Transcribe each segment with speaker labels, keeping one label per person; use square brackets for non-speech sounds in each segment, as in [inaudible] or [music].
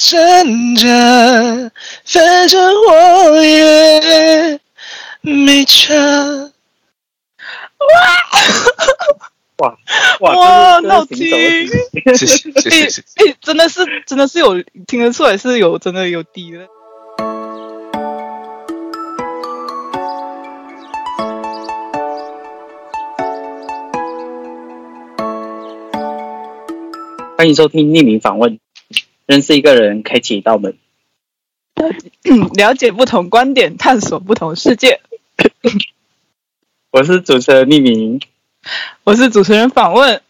Speaker 1: 挣扎，反正我也没差。
Speaker 2: 哇
Speaker 3: 哇
Speaker 2: 哇，
Speaker 3: 闹
Speaker 2: 这是这是行走的
Speaker 4: [laughs] 谢谢谢谢谢谢。
Speaker 3: 哎、真的是真的是有听得出来是有真的有低的。 [coughs]
Speaker 2: 欢迎收听匿名访问，认识一个人，开启一道门。
Speaker 3: 嗯，了解不同观点，探索不同世界。
Speaker 2: 我是主持人匿名，
Speaker 3: 我是主持人访问，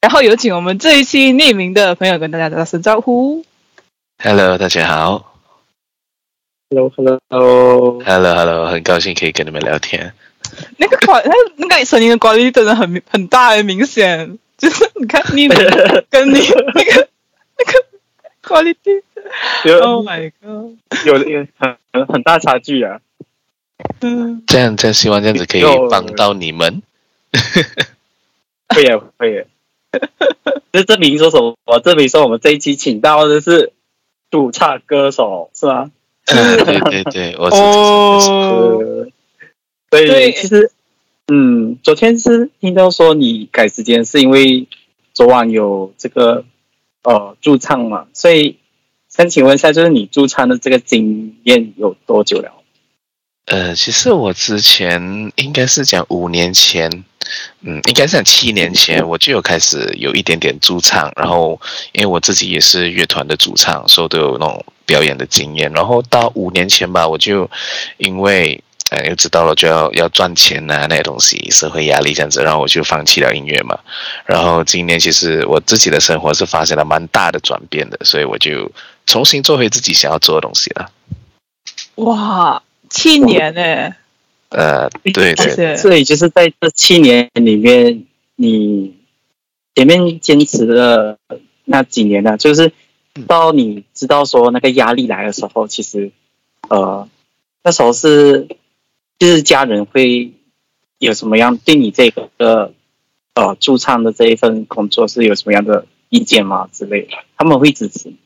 Speaker 3: 然后有请我们这一期匿名的朋友跟大家打声招呼。
Speaker 4: Hello，大家好。
Speaker 2: Hello Hello，
Speaker 4: Hello Hello，很高兴可以跟你们聊天。
Speaker 3: 那个管，那那个声音的管理真的很明很大很明显，就是你看匿名跟你那个那个 quality。
Speaker 2: 有
Speaker 3: Oh my god！
Speaker 2: 有有很很很大差距啊！
Speaker 3: 嗯，
Speaker 4: 这样，这样希望这样子可以
Speaker 2: 有
Speaker 4: 帮到你们。
Speaker 2: 会耶会
Speaker 3: [laughs]
Speaker 2: 耶。这证明说什么？证明说我们这一期请到的是主唱歌手，是吗？
Speaker 4: 嗯， [laughs] 对对对，我是主持人。
Speaker 3: 哦，
Speaker 2: 呃，所
Speaker 3: 对
Speaker 2: 以其实，嗯，昨天是听到说你改时间，是因为昨晚有这个呃驻唱嘛，所以想请问一下，就是你驻唱的这个经验有多久了？
Speaker 4: 呃，其实我之前应该是讲五年前，嗯，应该是讲七年前，我就有开始有一点点驻唱，然后因为我自己也是乐团的主唱，所以都有那种表演的经验。然后到五年前吧，我就因为哎又知道了就要要赚钱呐、那些东西，社会压力这样子，然后我就放弃了音乐嘛。然后今年其实我自己的生活是发生了蛮大的转变的，所以我就重新做回自己想要做的东西了。
Speaker 3: 哇，七年哎、
Speaker 4: 呃，对
Speaker 3: 谢
Speaker 4: 对
Speaker 3: 谢。
Speaker 2: 所以就是在这七年里面，你前面坚持了那几年呢、就是到你知道说那个压力来的时候，其实呃那时候是就是家人会有什么样对你这个呃驻唱的这一份工作是有什么样的意见吗之类的？他们会支持你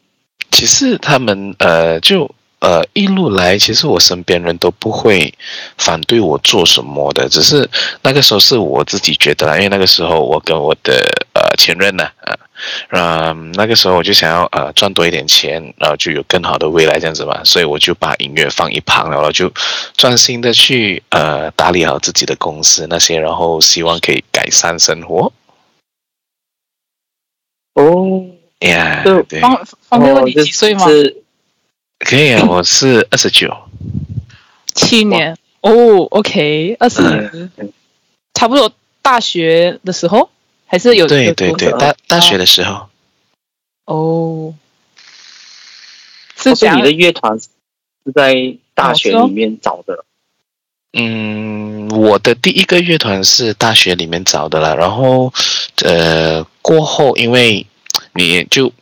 Speaker 4: 其实他们呃，就呃一路来，其实我身边人都不会反对我做什么的，只是那个时候是我自己觉得啦，因为那个时候我跟我的呃前任呢、啊，呃，嗯那个时候我就想要呃赚多一点钱，然后就有更好的未来这样子嘛，所以我就把音乐放一旁了，然后就专心的去呃打理好自己的公司那些，然后希望可以改善生活
Speaker 2: 哦，
Speaker 4: 呀
Speaker 2: 就
Speaker 4: 对，
Speaker 3: 方方便问你
Speaker 2: 哦就
Speaker 3: 几岁吗？
Speaker 2: 是
Speaker 4: 可以啊，我是二十九，
Speaker 3: 七年哦，OK，二十年
Speaker 2: 嗯，
Speaker 3: 差不多大学的时候还是有
Speaker 4: 对
Speaker 3: 有
Speaker 4: 对
Speaker 3: 多
Speaker 4: 对，
Speaker 3: 少
Speaker 4: 大大学的时候。
Speaker 2: 哦
Speaker 3: 哦，是
Speaker 2: 所以
Speaker 3: 讲
Speaker 2: 你的乐团是在大学里面找的。
Speaker 4: 嗯，我的第一个乐团是大学里面找的啦，然后呃，过后因为你就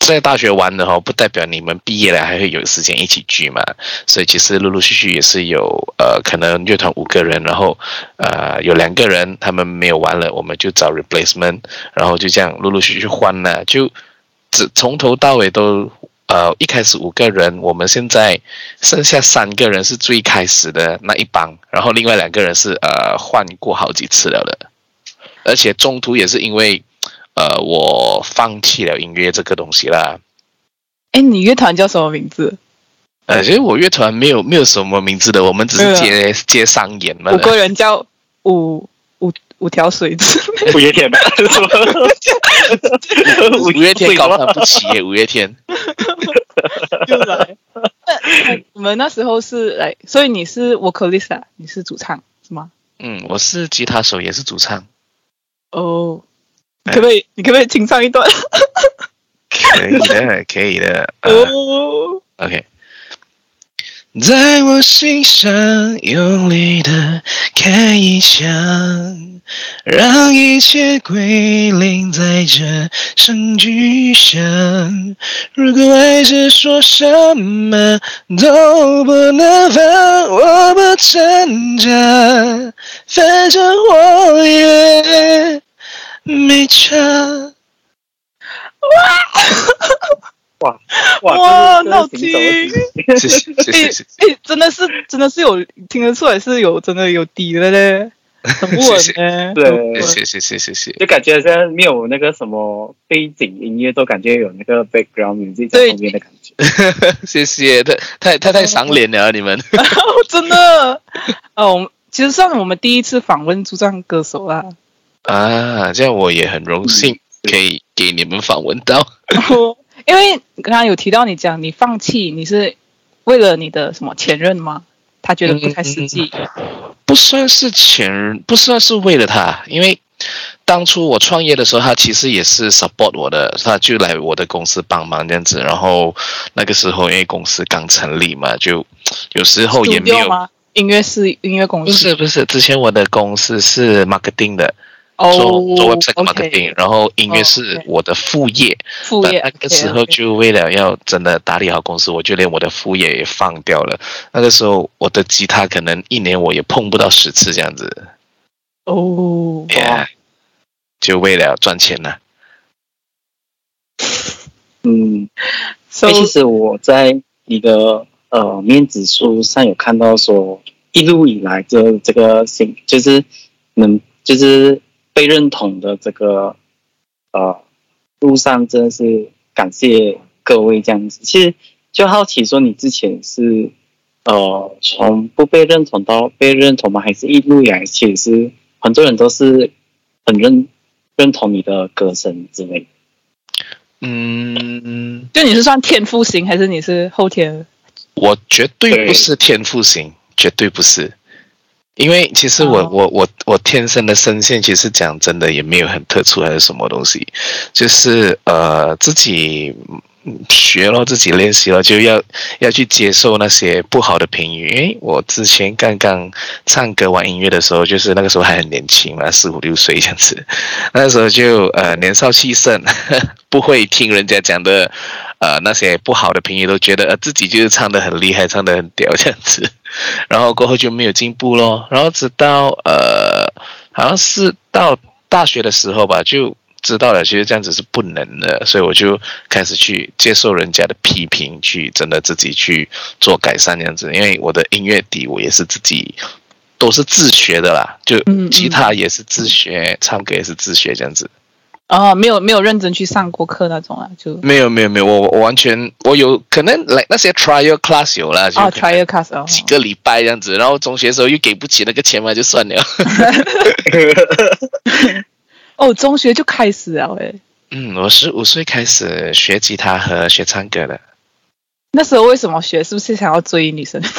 Speaker 4: 在大学玩的哈，不代表你们毕业了还会有时间一起聚嘛，所以其实陆陆续续也是有呃，可能乐团五个人，然后呃有两个人他们没有玩了，我们就找 replacement，然后就这样陆陆续续换了，就只从头到尾都呃，一开始五个人，我们现在剩下三个人是最开始的那一帮，然后另外两个人是呃换过好几次了的，而且中途也是因为呃我放弃了音乐这个东西啦。
Speaker 3: 哎，你乐团叫什么名字？
Speaker 4: 呃，其实我乐团没有没有什么名字的，我们只是接接商演嘛
Speaker 3: 五。个人叫五五五条水 [laughs] 之类
Speaker 2: 五月天的，什么？
Speaker 4: 五月天高攀不啊起耶，五月天。
Speaker 3: 又来。那那我们那时候是来，所以你是 vocalist，啊你是主唱是吗？
Speaker 4: 嗯，我是吉他手，也是主唱。
Speaker 3: 哦，你
Speaker 4: 哎
Speaker 3: 可不可以你可不可以清唱一段？
Speaker 4: [laughs] 可以 [laughs] 的，可以的。呃 [laughs]
Speaker 3: 哦，
Speaker 4: OK，在我心上用力的开一枪，让一切归零，在这声巨响。如果爱是说什么都不能放，我不挣扎，反正我也没差。
Speaker 2: [laughs] 哇
Speaker 3: 哇
Speaker 2: 哇，
Speaker 3: 闹
Speaker 2: 这是这是行走的事
Speaker 4: 谢
Speaker 2: 情
Speaker 4: 谢谢谢谢谢，
Speaker 3: 哎，真的是真的是有听得出来是有真的有底
Speaker 4: [laughs]
Speaker 3: 的嘞，很稳
Speaker 4: 谢
Speaker 3: 嘞，
Speaker 2: 对
Speaker 3: 很稳
Speaker 4: 谢谢谢谢谢
Speaker 2: 就感觉好像没有那个什么背景音乐，都感觉有那个 background music 在
Speaker 3: 对
Speaker 2: 旁边的感觉。
Speaker 4: [laughs] 谢谢，太太太太赏脸了啊你 [laughs] 们，
Speaker 3: 哦 [laughs] 真的，哦，我们其实算我们第一次访问驻唱歌手啦。 [laughs]
Speaker 4: 啊，这样我也很荣幸可以给你们访问到。
Speaker 3: 因为刚刚有提到你讲你放弃，你是为了你的什么前任吗？他觉得不太实际。
Speaker 4: 嗯不算是前任，不算是为了他，因为当初我创业的时候，他其实也是 support 我的，他就来我的公司帮忙这样子。然后那个时候因为公司刚成立嘛，就有时候哦也没
Speaker 3: Studio
Speaker 4: 有。
Speaker 3: 吗？音乐是音乐公
Speaker 4: 不
Speaker 3: 司
Speaker 4: 是不是，之前我的公司是 marketing 的，
Speaker 3: 哦
Speaker 4: 做做 website
Speaker 3: ，OK，
Speaker 4: marketing，然后音乐
Speaker 3: 哦
Speaker 4: 是
Speaker 3: OK
Speaker 4: 我的副业。
Speaker 3: 副
Speaker 4: 但
Speaker 3: 业。啊
Speaker 4: 那个时候
Speaker 3: OK，OK
Speaker 4: 就为了要真的打理好公司，我就连我的副业也放掉了。那个时候我的吉他可能一年我也碰不到十次这样子。
Speaker 3: 哦，
Speaker 4: Yeah，就为了赚钱呐、
Speaker 2: 嗯，
Speaker 3: 所
Speaker 4: 哎
Speaker 2: 因为其
Speaker 3: 以
Speaker 2: 实我在你的呃面子书上有看到说，一路以来这这个行就是能就是被认同的这个呃路上，真的是感谢各位这样子。其实就好奇说，你之前是呃从不被认同到被认同吗？还是一路以来其实是很多人都是很认认同你的歌声之类的？
Speaker 4: 嗯，
Speaker 3: 就你是算天赋型还是你是后天？
Speaker 4: 我绝对
Speaker 2: 对
Speaker 4: 不是天赋型，绝对不是。因为其实我、
Speaker 3: 哦
Speaker 4: 我我我天生的声线，其实讲真的也没有很特殊还是什么东西，就是呃自己嗯学咯，自己练习咯，就要要去接受那些不好的评语。因为我之前刚刚唱歌玩音乐的时候，就是那个时候还很年轻嘛，四五六岁这样子，那时候就呃年少气盛， [laughs] 不会听人家讲的呃那些不好的评语，都觉得呃自己就是唱的很厉害，唱的很屌这样子， [laughs] 然后过后就没有进步咯，然后直到呃好像是到大学的时候吧，就知道了，其实这样子是不能的，所以我就开始去接受人家的批评，去真的自己去做改善这样子，因为我的音乐底我也是自己。都是自学的啦，就
Speaker 3: 嗯嗯
Speaker 4: 吉他也是自学，唱歌也是自学这样子。
Speaker 3: 哦，没有没有认真去上过课那种啊，就
Speaker 4: 没有没有没有，我我完全我有可能来那些 trial class 有啦，就
Speaker 3: 哦
Speaker 4: 可能
Speaker 3: ，trial class 哦，
Speaker 4: 几个礼拜这样子，然后中学的时候又给不起那个钱嘛，就算了。
Speaker 3: 哦，中学就开始了诶。
Speaker 4: 嗯，我十五岁开始学吉他和学唱歌的，
Speaker 3: 那时候为什么学？是不是想要追女生？ [laughs]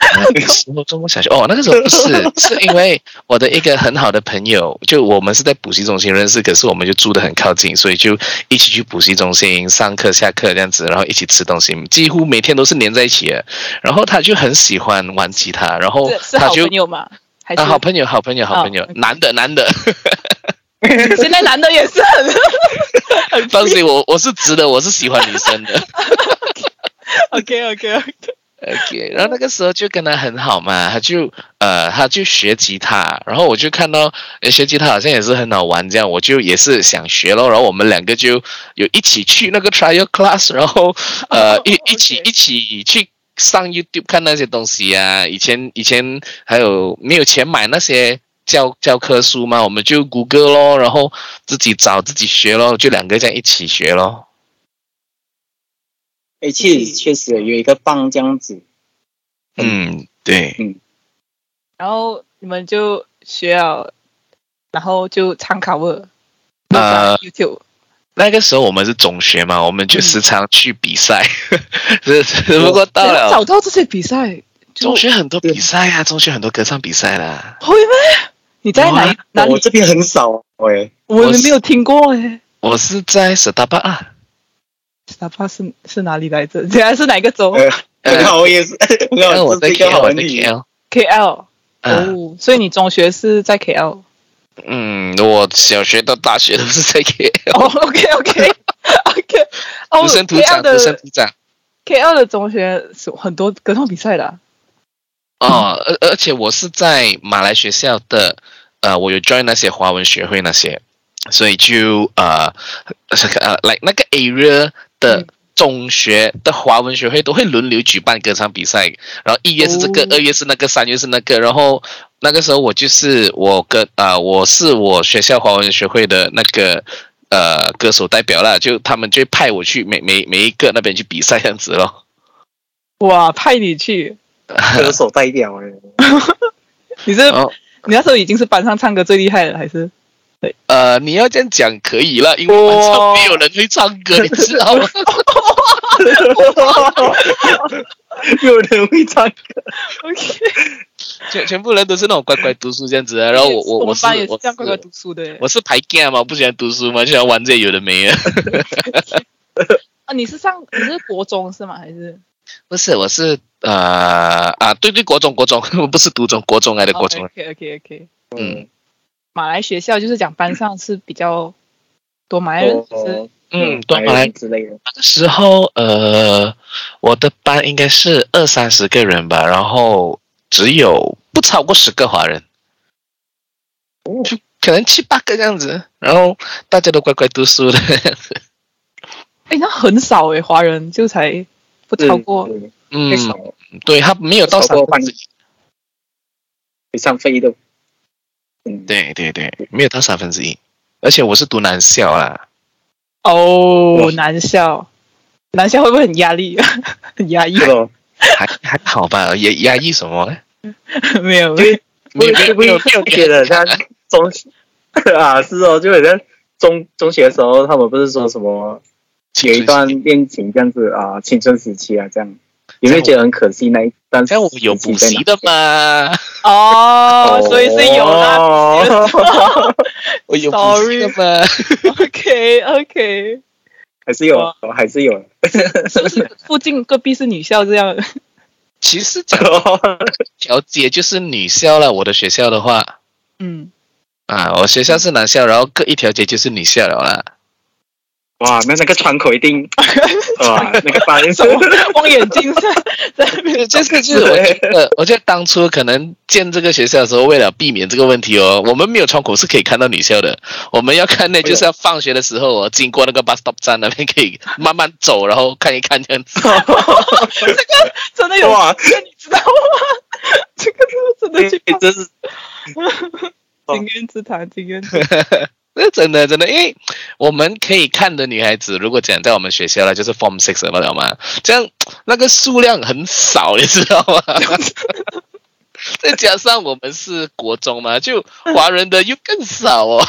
Speaker 4: 那个时候中国小学哦，那个时候不是，是因为我的一个很好的朋友，就我们是在补习中心认识，可是我们就住得很靠近，所以就一起去补习中心上课、下课这样子，然后一起吃东西，几乎每天都是黏在一起的。然后他就很喜欢玩吉他，然后
Speaker 3: 是是
Speaker 4: 他
Speaker 3: 好
Speaker 4: 哦就
Speaker 3: 朋友吗？还是
Speaker 4: 啊，好朋友，好朋友，好朋友
Speaker 3: 哦，，OK
Speaker 4: 男的，男的，
Speaker 3: [laughs] 现在男的
Speaker 4: [laughs]
Speaker 3: 也是很
Speaker 4: 放心，我我是直的，我是喜欢女生的。
Speaker 3: OK OK OK，
Speaker 4: OK，然后那个时候就跟他很好嘛，他就呃，他就学吉他，然后我就看到诶学吉他好像也是很好玩，这样我就也是想学咯，然后我们两个就有一起去那个
Speaker 3: [laughs]
Speaker 4: trial class，然后呃、
Speaker 3: 哦
Speaker 4: 一
Speaker 3: OK
Speaker 4: 一起一起去上 YouTube 看那些东西啊，以前以前还有没有钱买那些。教教科书嘛，我们就谷歌咯，然后自己找自己学咯，就两个这样一起学咯。
Speaker 2: 哎，确实确实有一个棒这样子，
Speaker 4: 嗯，对，
Speaker 3: 然后你们就学了，然后就参考了，
Speaker 4: 呃
Speaker 3: YouTube
Speaker 4: 那个时候我们是中学嘛，我们就时常去比赛， [laughs] 只只不过到
Speaker 3: 怎样
Speaker 4: 了
Speaker 3: 找到这些比赛，就
Speaker 4: 中学很多比赛啊，中学很多歌唱比赛啦。
Speaker 3: 会吗？你在哪
Speaker 4: 有
Speaker 3: 里
Speaker 4: 啊？
Speaker 3: 哪里
Speaker 2: 我？这边很少哎、
Speaker 3: 我
Speaker 4: 我
Speaker 3: 们
Speaker 4: 是
Speaker 3: 没有听过哎。
Speaker 4: 我是在 s t a r b u c 啊，
Speaker 3: 哪怕是是哪里来 [laughs] 着？原来是哪一个州
Speaker 2: 呃
Speaker 4: 呃
Speaker 2: 很好，我也是， [laughs] 很
Speaker 4: 因为
Speaker 2: 好，
Speaker 4: 哎我在
Speaker 2: 这是一个
Speaker 4: KL，
Speaker 2: 好
Speaker 4: 我
Speaker 2: 问
Speaker 4: 在
Speaker 2: 题。
Speaker 4: KL。
Speaker 3: ？KL。
Speaker 4: 嗯
Speaker 3: 哦，所以你中学是在哦 KL？
Speaker 4: 嗯，我小学到大学都是在 KL，
Speaker 3: 哦，OK OK OK。哦
Speaker 4: 土生土
Speaker 3: ，KL
Speaker 4: 长，土生
Speaker 3: 的
Speaker 4: 土长。
Speaker 3: KL 的中学是很多歌唱比赛的啊。
Speaker 4: 哦，而而且我是在马来学校的，呃，我有 join 那些华文学会那些，所以就呃呃，like 那个 area 的
Speaker 3: 嗯
Speaker 4: 中学的华文学会都会轮流举办歌唱比赛，然后一月是这个，
Speaker 3: 哦
Speaker 4: 二、月是那个，三月是那个，然后那个时候我就是我跟啊、我是我学校华文学会的那个呃歌手代表啦，就他们就派我去每每每一个那边去比赛这样子咯。
Speaker 3: 哇，派你去，
Speaker 2: 歌手代表哎，
Speaker 3: 你是、
Speaker 4: 哦
Speaker 3: 你那时候已经是班上唱歌最厉害了，还是？
Speaker 4: 呃，你要这样讲可以了，因为班上没有人会唱歌，你知道吗？
Speaker 2: 有人会唱歌，
Speaker 4: [laughs] 全全部人都是那种乖乖读书这样子的，然后哦我我
Speaker 3: [laughs] 我们
Speaker 4: 是
Speaker 3: 班也是
Speaker 4: 我
Speaker 3: 这样乖乖
Speaker 4: 是
Speaker 3: 读书的耶。
Speaker 4: 我是排 g a 嘛，不喜欢读书嘛，就喜欢玩这些有的没的。
Speaker 3: [laughs] 啊，你是上你是国中是吗？还是
Speaker 4: 不是，我是呃啊，对对，国中国中， [laughs] 我不是读中，国中来的国中。
Speaker 3: ？OK OK OK。
Speaker 4: 嗯
Speaker 3: 马来学校就是讲班上是比较多马来
Speaker 4: 哦
Speaker 3: 人，就是
Speaker 2: 多
Speaker 4: 嗯，对，马
Speaker 2: 白
Speaker 4: 来
Speaker 2: 人之类的，
Speaker 4: 那个时候呃，我的班应该是二三十个人吧，然后只有不超过十个华人，就可能七八个这样子，然后大家都乖乖读书的。 [laughs]
Speaker 3: 哎，那很少哎，华人就才不超过
Speaker 2: 嗯，
Speaker 4: 嗯
Speaker 2: 嗯，少
Speaker 4: 对他没有到
Speaker 2: 超
Speaker 4: 三
Speaker 2: 过
Speaker 4: 分
Speaker 2: 半
Speaker 4: 之一，
Speaker 2: 非常非的，嗯，
Speaker 4: 对对对，没有到三分之一，而且我是读男校啦。
Speaker 3: 哦。男校，男校会不会很压力？ [laughs] 很压抑？
Speaker 2: 对咯，
Speaker 4: 还还好吧，也压抑什么呢？
Speaker 3: 没有，
Speaker 2: 我
Speaker 4: 没有没
Speaker 2: 是
Speaker 4: 有
Speaker 2: 不
Speaker 4: 没
Speaker 2: 是
Speaker 4: 有
Speaker 2: 就觉得像中 [laughs] 啊，是哦，就好像中中学的时候，他们不是说什么有一段恋情这样子啊，青春时期啊，这样，你会觉得很可惜那一段时期在
Speaker 4: 像
Speaker 2: 哪？
Speaker 4: 我有补习的嘛，
Speaker 3: 哦，所以是有啦。
Speaker 2: 哦
Speaker 4: 我有补习的嘛。
Speaker 3: OK OK，
Speaker 2: 还是
Speaker 3: 哦
Speaker 2: 有，还是
Speaker 3: [laughs]
Speaker 2: 有。
Speaker 3: 是不是附近隔壁是女校这样？
Speaker 4: 其实讲条街就是女校了，我的学校的话
Speaker 3: 嗯，
Speaker 4: 啊，我学校是男校，然后各一条街就是女校了啦。
Speaker 2: 哇，那那个窗口一定哇，那个发音 [laughs]
Speaker 3: 什么望远镜在在那
Speaker 4: [laughs]
Speaker 3: 边
Speaker 4: 就是就是我觉得，我觉得当初可能建这个学校的时候，为了避免这个问题哦，我们没有窗口是可以看到女校的，我们要看那就是要放学的时候哦，经过那个 bus stop 站那边可以慢慢走，然后看一看这
Speaker 2: [laughs]
Speaker 4: 样子。
Speaker 3: 真的有
Speaker 2: 哇，
Speaker 3: 你知道吗？ [laughs] 这个是真的去
Speaker 2: 真是
Speaker 3: 看 [laughs] 经验之谈，经验之谈。
Speaker 4: 这真的真的，因为我们可以看的女孩子，如果讲在我们学校了，就是 Form Six 了，了吗？这样那个数量很少，你知道吗？再加上我们是国中嘛，就华人的又更少哦。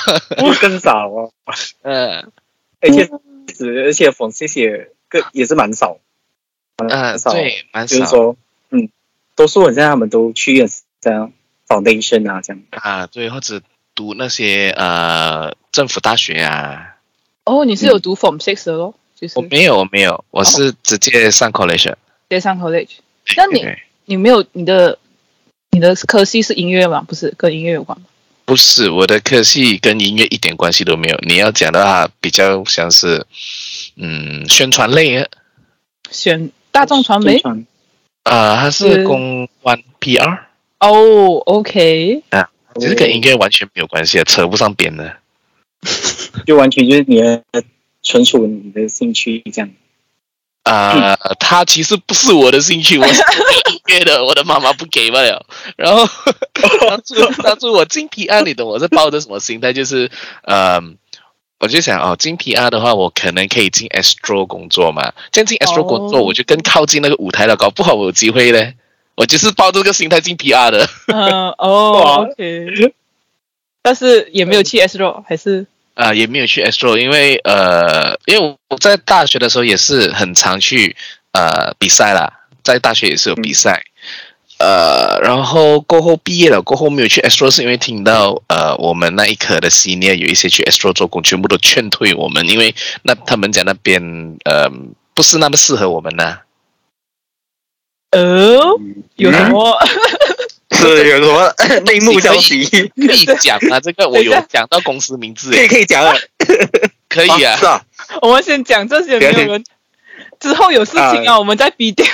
Speaker 2: 更少哦，
Speaker 4: 嗯
Speaker 2: 而且而且冯谢谢个也是蛮少，
Speaker 4: 嗯
Speaker 3: 呃
Speaker 2: 蛮，少，
Speaker 4: 对，蛮
Speaker 2: 就是
Speaker 4: 少
Speaker 2: 说，嗯，多数人现在他们都去这样 foundation 啊，这样
Speaker 4: 啊，对，或者读那些呃政府大学啊。
Speaker 3: 哦，你是有读 Form Six 的咯，就是
Speaker 4: 我
Speaker 3: 直
Speaker 4: 没有，我没有，
Speaker 2: 哦
Speaker 4: 我是直接上 college 的。
Speaker 3: 接上 college。
Speaker 4: 对
Speaker 3: 那你
Speaker 4: 对对
Speaker 3: 你没有你的你的科系是音乐吗？不是，跟音乐有关吗？
Speaker 4: 不是我的科系跟音乐一点关系都没有。你要讲的话，比较像是嗯宣传类的，
Speaker 3: 选大众传媒
Speaker 2: 宣。传
Speaker 4: 呃，它
Speaker 3: 嗯
Speaker 4: 是公关 PR，
Speaker 3: 哦，OK，
Speaker 4: 其实
Speaker 2: 嗯哦
Speaker 4: 跟音乐完全没有关系的，啊扯不上边的。
Speaker 2: 就完全就是你的纯属你的兴趣这样。
Speaker 4: 啊、它其实不是我的兴趣，我是音乐的，我的妈妈不给罢了。然后 [laughs] 当初当初我进 PR，你懂我是抱着什么心态？就是呃，我就想哦，进 PR 的话，我可能可以进 Astro 工作嘛，这样进 Astro 工作，
Speaker 3: 哦
Speaker 4: 我就更靠近那个舞台了，搞不好我有机会嘞。我就是抱着这个心态进 PR 的。
Speaker 3: 嗯，
Speaker 2: [laughs]
Speaker 3: 哦，OK，但是也没有去 S r 还是
Speaker 4: 啊、也没有去 Astro，因为呃，因为我在大学的时候也是很常去呃比赛啦，在大学也是有
Speaker 2: 嗯
Speaker 4: 比赛，呃，然后过后毕业了，过后没有去 Astro 是因为听到呃我们那一科的 senior 有一些去 Astro 做工，全部都劝退我们，因为那他们讲那边呃不是那么适合我们呐、
Speaker 2: [laughs]
Speaker 3: 哦，有什么？
Speaker 2: 嗯是有什么内
Speaker 4: 幕消
Speaker 2: 息？
Speaker 4: 可以讲啊，这个我有
Speaker 3: 等一下
Speaker 4: 讲到公司名字
Speaker 2: 可，以可以讲啊，
Speaker 4: 可以啊
Speaker 2: 是，啊，
Speaker 3: 我们先讲这些，没有人。
Speaker 2: 啊 [laughs]
Speaker 3: 之后有事情啊，我们再比掉。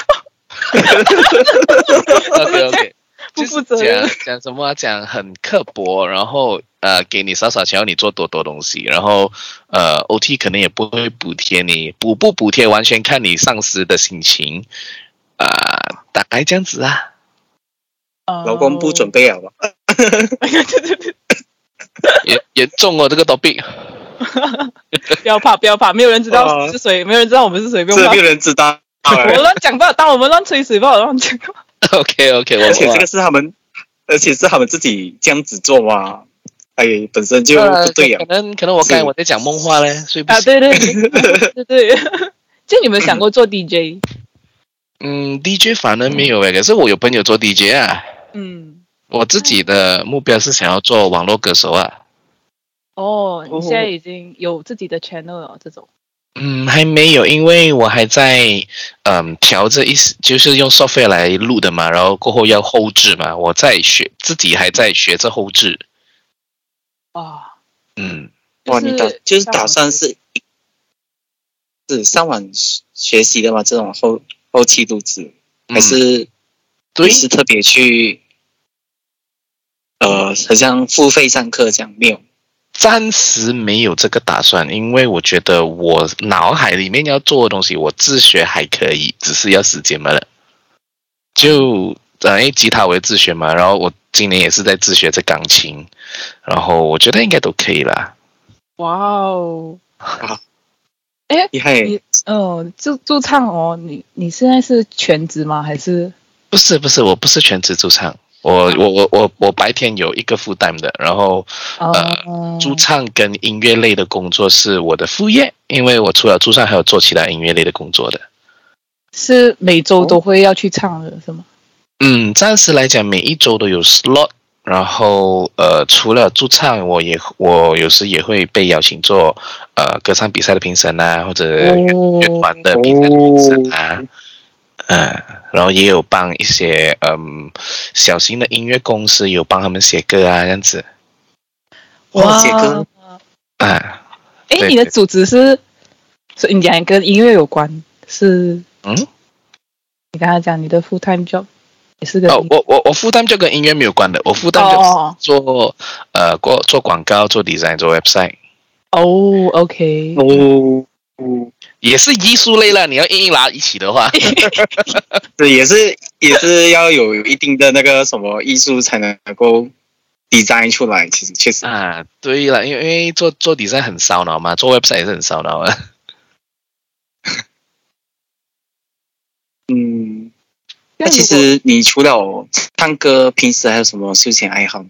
Speaker 4: OK OK，
Speaker 3: 不
Speaker 4: 就
Speaker 3: 负
Speaker 4: 是
Speaker 3: 责任
Speaker 4: 讲。讲什么啊、讲很刻薄，然后呃，给你少少钱，要你做多多东西，然后呃，OT 可能也不会补贴你，补不补贴完全看你上司的心情，啊、大概这样子啊。
Speaker 3: 啊
Speaker 2: 老公不准备了
Speaker 3: [laughs]
Speaker 2: 吧？
Speaker 3: 哦，对对对，
Speaker 4: [laughs] 严严重哦，这个 topic， [laughs]
Speaker 3: 不要怕不要怕，没有人知道
Speaker 2: 啊
Speaker 3: 我们是谁，没有人知道我们是谁，不用
Speaker 2: 这
Speaker 3: 怕
Speaker 2: 个。人知道，
Speaker 3: 我乱讲吧，当我们乱吹水吧，乱讲。
Speaker 4: OK OK，我
Speaker 2: 而且这个是他们，而且是他们自己这样子做嘛，哎，本身就
Speaker 4: 呃
Speaker 2: 不对呀
Speaker 4: 可。能可能我刚才我在讲梦话嘞，所以不 [laughs]
Speaker 3: 啊，
Speaker 4: 行。
Speaker 3: 对对对对对， [laughs] 就你们想过做 DJ？
Speaker 4: 嗯，DJ 反而没有诶，可是我有朋友做 DJ 啊，
Speaker 3: 嗯，
Speaker 4: 我自己的目标是想要做网络歌手啊。
Speaker 3: 哦，你
Speaker 2: 哦
Speaker 3: 现在已经有自己的 channel 了，这种。
Speaker 4: 嗯，还没有，因为我还在嗯调这一些，就是用 software 来录的嘛，然后过后要后置嘛，我在学，自己还在学这后置。
Speaker 3: 哇，
Speaker 4: 嗯，
Speaker 2: 哇，你打就是打算
Speaker 3: 是
Speaker 2: 是一是上网学习的嘛？这种后后期录制，还是
Speaker 4: 嗯对
Speaker 2: 你是特别去呃，好像付费上课这样没有？
Speaker 4: 暂时没有这个打算，因为我觉得我脑海里面要做的东西，我自学还可以，只是要时间嘛了。就呃，因为吉他我也自学嘛，然后我今年也是在自学这钢琴，然后我觉得应该都可以啦。
Speaker 3: 哇哦，
Speaker 2: 厉害耶！
Speaker 3: 你嗯，就驻唱哦，你你现在是全职吗？还是
Speaker 4: 不是不是，我不是全职驻唱，我我我我我白天有一个 full time 的，然后
Speaker 3: 呃
Speaker 4: 驻唱跟音乐类的工作是我的副业，因为我除了驻唱还有做其他音乐类的工作的。
Speaker 3: 是每周都会要去唱的是吗？
Speaker 4: 嗯，暂时来讲，每一周都有 slot。然后，呃，除了驻唱，我也我有时也会被邀请做，呃，歌唱比赛的评审啊，或者乐
Speaker 3: 哦
Speaker 4: 乐团的比赛的评审啊，嗯、然后也有帮一些嗯小型的音乐公司有帮他们写歌啊，这样子
Speaker 2: 哇，杰哥，
Speaker 4: 啊，
Speaker 3: 哎，
Speaker 4: 对
Speaker 3: 你的
Speaker 4: 对
Speaker 3: 组织是，是你讲跟音乐有关，是
Speaker 4: 嗯，
Speaker 3: 你刚才讲你的 full time job 也是跟
Speaker 4: 哦
Speaker 3: 音，
Speaker 4: 我我我负担就跟音乐没有关的，我负担
Speaker 3: 哦
Speaker 4: 就做呃做做广告、做 design、做 website，
Speaker 3: 哦，OK，
Speaker 2: 哦，
Speaker 4: 也是艺术类了。你要硬硬拉一起的话，
Speaker 2: 对，也是也是要有一定的那个什么艺术才能够 design 出来。其实确实，
Speaker 4: 啊，对了，因为因为做做 design 很烧脑嘛，做 website 也是很烧脑啊。 [laughs]
Speaker 2: 嗯，
Speaker 3: 那
Speaker 2: 那其实你除了唱歌，平时还有什么休闲爱好吗？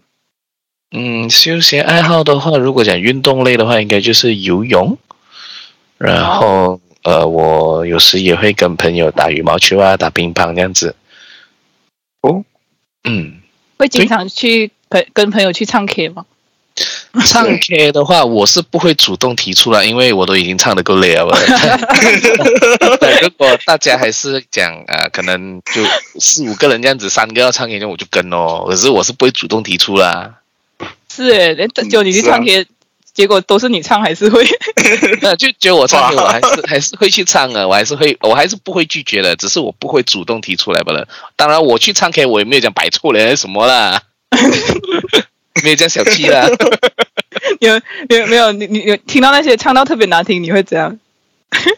Speaker 4: 嗯，休闲爱好的话，如果讲运动类的话，应该就是游泳。然后呃，我有时也会跟朋友打羽毛球啊，打乒乓这样子。
Speaker 2: 哦，
Speaker 4: 嗯。
Speaker 3: 会经常去朋跟朋友去唱 K 吗？
Speaker 4: 唱 K 的话，我是不会主动提出来，因为我都已经唱得够累了。 [laughs] 对，如果大家还是讲呃，可能就四五个人这样子，三个要唱 K，那我就跟哦。可是我是不会主动提出啦。
Speaker 3: 是诶，连
Speaker 2: 嗯
Speaker 3: 就你去
Speaker 2: 是啊
Speaker 3: 唱 K，结果都是你唱还是会？ [laughs]
Speaker 4: 那就觉得我唱 K，
Speaker 2: 哇
Speaker 4: 我还是还是会去唱啊，我还是会，我还是不会拒绝的，只是我不会主动提出来罢了。当然，我去唱 K，我也没有讲摆错了什么啦，没有这样小气啦。
Speaker 3: 你有你有没有你你你听到那些唱到特别难听，你会怎样？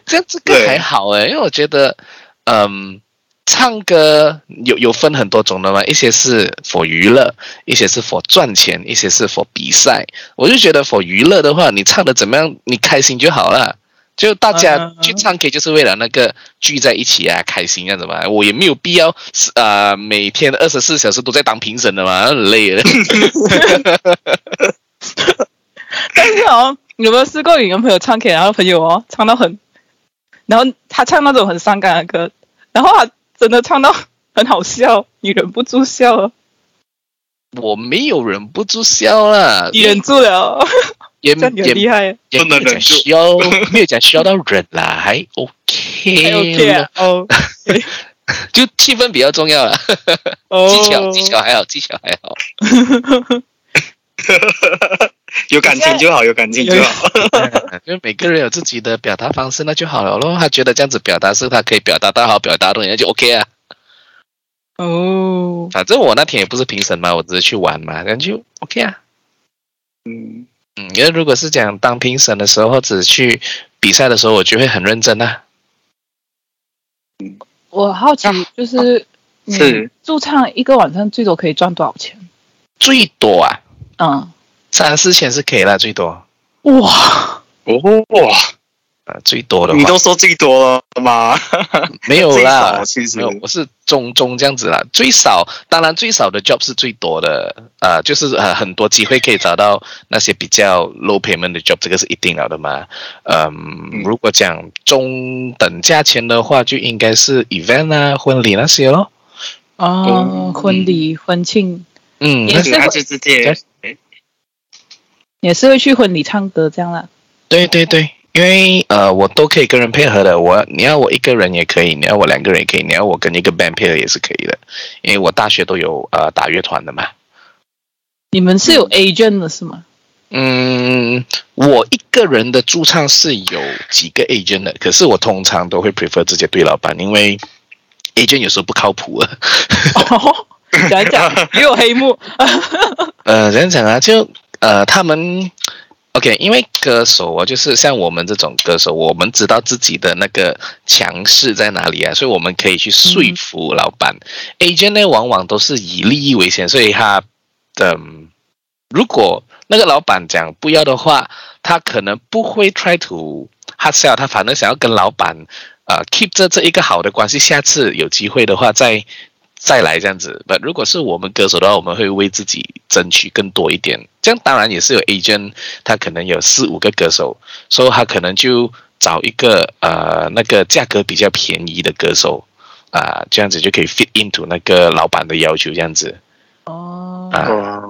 Speaker 4: 这这个还好欸诶，因为我觉得，嗯，唱歌有有分很多种的嘛，一些是 for 娱乐，一些是 for 赚钱，一些是 for 比赛。我就觉得 for 娱乐的话，你唱的怎么样，你开心就好了。就大
Speaker 3: 嗯
Speaker 4: 家
Speaker 3: 嗯嗯
Speaker 4: 去唱 K 就是为了那个聚在一起啊，开心这样子嘛。我也没有必要是啊、呃每天二十四小时都在当评审的嘛，很累了。
Speaker 3: 但是哦，你有没有试过你跟朋友唱 K，然后朋友哦唱到很，然后他唱那种很伤感的歌，然后他真的唱到很好笑，你忍不住笑哦了，
Speaker 4: 我没有忍不住笑啦，
Speaker 3: 你忍住了哦，
Speaker 4: 也
Speaker 2: 嗯
Speaker 3: 这样你
Speaker 4: 也
Speaker 3: 很厉害，
Speaker 4: 也
Speaker 2: 不能忍住
Speaker 4: 没有讲 [laughs] 笑，没有讲笑到人啦，还
Speaker 2: 嗯
Speaker 4: OK，,
Speaker 3: 还 OK 啊，哦
Speaker 4: 就气氛比较重要了。
Speaker 2: 嗯
Speaker 3: 哦，
Speaker 4: 技巧技巧还好，技巧还 [laughs] 好。
Speaker 2: 有感情就好，有感情就
Speaker 3: [laughs]
Speaker 2: 好。
Speaker 4: 就每个人有自己的表达方式，那就好了咯。他觉得这样子表达是他可以表达到好表达的东西，那就 OK 啊。
Speaker 3: 哦， [laughs]
Speaker 4: 反正我那天也不是评审嘛，我只是去玩嘛，那就 OK 啊。
Speaker 2: 嗯，
Speaker 4: 嗯，因为如果是讲当评审的时候，或者去比赛的时候，我就会很认真啊。
Speaker 3: 我好奇就是
Speaker 2: 啊是
Speaker 3: 你驻唱一个晚上最多可以赚多少钱？
Speaker 4: 最多啊，
Speaker 3: 嗯，
Speaker 4: 三四千是可以啦，最多
Speaker 3: 哇，
Speaker 4: 哦
Speaker 2: 哇，
Speaker 4: 啊，最多的话
Speaker 2: 你都说最多了吗？ [laughs]
Speaker 4: 没有
Speaker 2: 最
Speaker 4: 啦
Speaker 2: 少，其实
Speaker 4: 没有，我是中中这样子啦。最少，当然最少的 job 是最多的，啊，就是呃很多机会可以找到那些比较 low payment 的 job，这个是一定了的嘛。嗯，如果讲中等价钱的话，就应该是 event 啊、婚礼那些咯。
Speaker 3: 哦，
Speaker 2: 嗯
Speaker 3: 婚礼婚庆
Speaker 4: 嗯，
Speaker 3: 也
Speaker 4: 那
Speaker 2: [laughs]
Speaker 3: 是
Speaker 2: 他啊就直接
Speaker 3: 也是会去婚礼唱歌这样啦。
Speaker 4: 对对对，因为呃，我都可以跟人配合的。我你要我一个人也可以，你要我两个人也可以，你要我跟一个 band 配合也是可以的。因为我大学都有呃打乐团的嘛。
Speaker 3: 你们是有 agent 的
Speaker 2: [laughs]
Speaker 3: 是吗？
Speaker 4: 嗯，我一个人的驻唱是有几个 agent 的，可是我通常都会 prefer 直接对老板，因为 agent 有时候不靠谱啊。
Speaker 3: 哦，讲一讲，也有
Speaker 2: [laughs]
Speaker 3: 黑幕。
Speaker 4: 呃，怎样讲啊？就呃，他们 OK，因为歌手啊，就是像我们这种歌手，我们知道自己的那个强势在哪里啊，所以我们可以去说服老板。agent 呢，往往都是以利益为先，所以他嗯、如果那个老板讲不要的话，他可能不会 try to hard sell，他反而想要跟老板呃 keep 着这一个好的关系，下次有机会的话再再来这样子。不，如果是我们歌手的话，我们会为自己争取更多一点。这样当然也是有 agent，他可能有四五个歌手，所以他可能就找一个呃那个价格比较便宜的歌手。啊、这样子就可以 fit into 那个老板的要求，这样子
Speaker 3: 哦，
Speaker 4: 啊、
Speaker 2: 哇，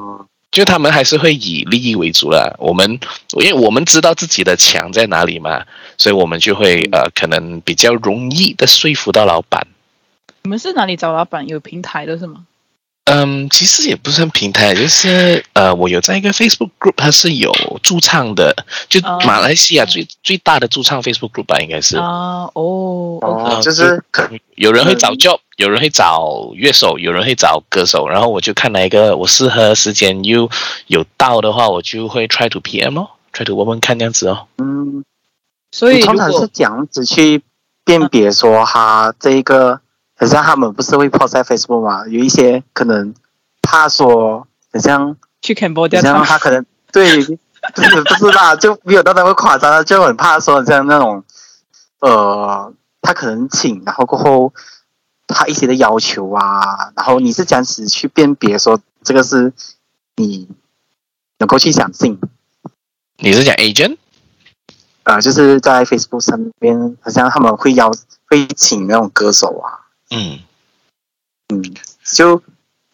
Speaker 4: 就他们还是会以利益为主啦。我们因为我们知道自己的强在哪里嘛，所以我们就会呃，可能比较容易的说服到老板。
Speaker 3: 你们是哪里找老板？有平台的是吗？
Speaker 4: 嗯，其实也不算平台，就是呃，我有在一个 Facebook group，它是有驻唱的，就
Speaker 3: 哦
Speaker 4: 马来西亚最、最大的驻唱 Facebook group 吧，应该是。
Speaker 3: 啊，哦，OK，
Speaker 2: 哦，就是可
Speaker 4: 有人会找 job，有人会找乐手，有人会找歌手，然后我就看哪一个我适合时间又有到的话，我就会 try to PM 哦，try to 问问看这样子哦。
Speaker 2: 嗯，
Speaker 3: 所以
Speaker 2: 你
Speaker 3: 如
Speaker 2: 通常是
Speaker 3: 果
Speaker 2: 这样子去辨别说哈，这一个，很像他们不是会 post 在 Facebook 嘛？有一些可能怕说，很像
Speaker 3: 去 Cambodia
Speaker 2: 你像
Speaker 3: 唱，
Speaker 2: 他可能
Speaker 3: [laughs]
Speaker 2: 对，不是不是啦，就没有到那么夸张，就很怕说像那种，呃，他可能请，然后过后他一些的要求啊，然后你是这样子去辨别说这个是你能够去相信，
Speaker 4: 你是讲 agent？
Speaker 2: 呃，就是在 Facebook 上面，好像他们会邀会请那种歌手啊，
Speaker 4: 嗯，
Speaker 2: 嗯，就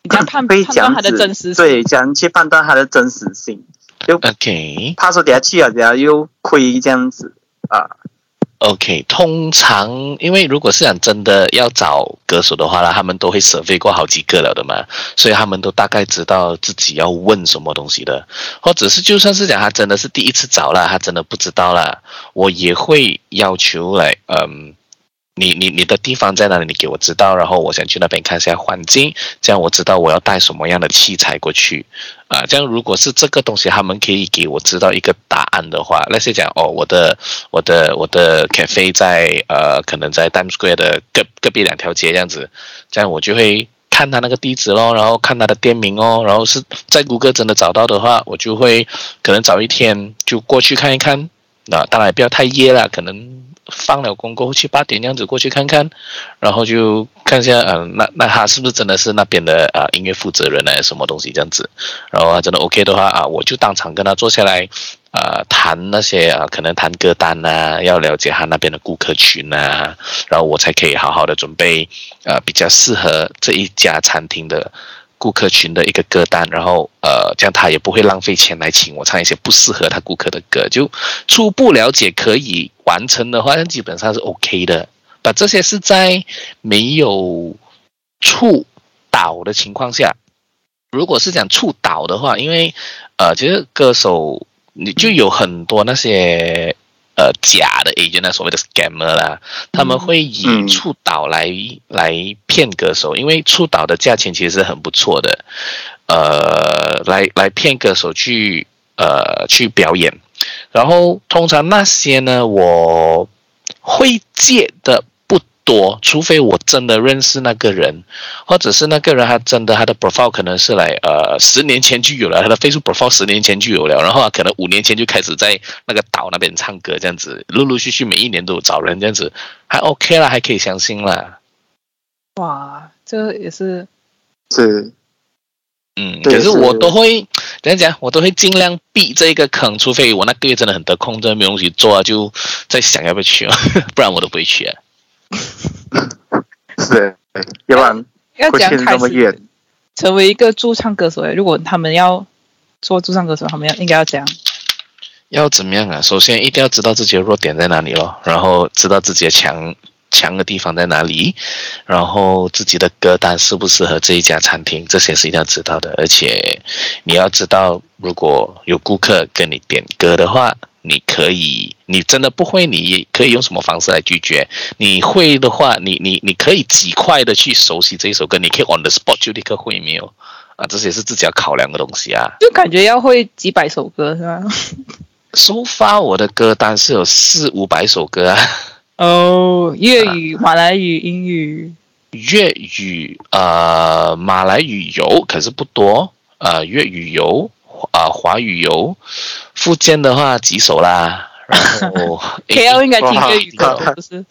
Speaker 3: 你这样判
Speaker 2: 会
Speaker 3: 判
Speaker 2: 这样
Speaker 3: [laughs] 断他的
Speaker 2: 子
Speaker 3: 真实性。
Speaker 2: 对，这样去判断他的真实性，
Speaker 4: OK
Speaker 2: 怕说等下去了，等下又亏这样子啊。
Speaker 4: OK，通常因为如果是想真的要找歌手的话啦，他们都会 survey 过好几个了的嘛，所以他们都大概知道自己要问什么东西的，或者是就算是讲他真的是第一次找啦，他真的不知道啦，我也会要求来，嗯，你你你的地方在哪里？你给我知道，然后我想去那边看一下环境，这样我知道我要带什么样的器材过去。啊、这样如果是这个东西，他们可以给我知道一个答案的话，那些讲哦，我的我的我的 cafe 在呃，可能在 Times Square 的隔隔壁两条街这样子，这样我就会看他那个地址咯，然后看他的店名哦，然后是在谷歌真的找到的话，我就会可能早一天就过去看一看。那、当然也不要太夜了，可能放了工过后去八点这样子过去看看，然后就看一下，嗯、那那他是不是真的是那边的啊、呃音乐负责人呢？什么东西这样子？然后他真的 OK 的话啊，我就当场跟他坐下来，啊、谈那些啊、可能谈歌单呐、要了解他那边的顾客群呐、然后我才可以好好的准备，呃，比较适合这一家餐厅的顾客群的一个歌单，然后呃，这样他也不会浪费钱来请我唱一些不适合他顾客的歌，就初步了解可以完成的话，那基本上是 OK 的。把这些是在没有触导的情况下，如果是讲触导的话，因为呃，其实歌手你就有很多那些呃假的 agent 那所谓的 scammer 啦，他们会以
Speaker 2: 嗯
Speaker 4: 触导来、来骗歌手，因为触导的价钱其实是很不错的，呃，来来骗歌手去呃去表演，然后通常那些呢，我会借的不多，除非我真的认识那个人，或者是那个人他真的他的 profile 可能是来呃十年前就有了，他的 Facebook profile 十年前就有了，然后他可能五年前就开始在那个岛那边唱歌这样子，陆陆续续每一年都有找人这样子，还 OK 啦，还可以相信啦。
Speaker 3: 哇，这也是
Speaker 2: 是
Speaker 4: 嗯，
Speaker 2: 对
Speaker 4: 可是
Speaker 2: 是
Speaker 4: 我都会怎样讲，我都会尽量避这一个坑，除非我那个月真的很得空，真的没有东西做啊，就在想要不要去啊， [laughs] 不然我都不会去啊。
Speaker 2: 是，要不然
Speaker 3: 要
Speaker 2: 过
Speaker 3: 讲
Speaker 2: 去那
Speaker 3: 开
Speaker 2: 么
Speaker 3: 始
Speaker 2: 远，
Speaker 3: 成为一个驻唱歌手诶。如果他们要做驻唱歌手，他们要应该要怎样？
Speaker 4: 要怎么样啊？首先一定要知道自己的弱点在哪里咯，然后知道自己的强强的地方在哪里，然后自己的歌单适不适合这一家餐厅，这些是一定要知道的。而且你要知道，如果有顾客跟你点歌的话，你可以，你真的不会，你也可以用什么方式来拒绝？你会的话，你你你可以几快的去熟悉这一首歌，你可以 on the spot 就立刻会没有啊，这些是自己要考量的东西啊。
Speaker 3: 就感觉要会几百首歌是吧？
Speaker 4: 收发我的歌单是有四五百首歌啊，
Speaker 3: [laughs]
Speaker 4: [laughs]
Speaker 3: 哦，粤语、马来语、英 [laughs] 语，
Speaker 4: 粤语、呃马来语有，可是不多，呃粤语有，啊、华语有，福建的话几首
Speaker 3: [laughs]
Speaker 4: 啦，然后
Speaker 3: K L
Speaker 4: 诶
Speaker 3: 啊应该听
Speaker 2: 哇
Speaker 3: 粤语歌手
Speaker 2: [laughs]
Speaker 3: 不是？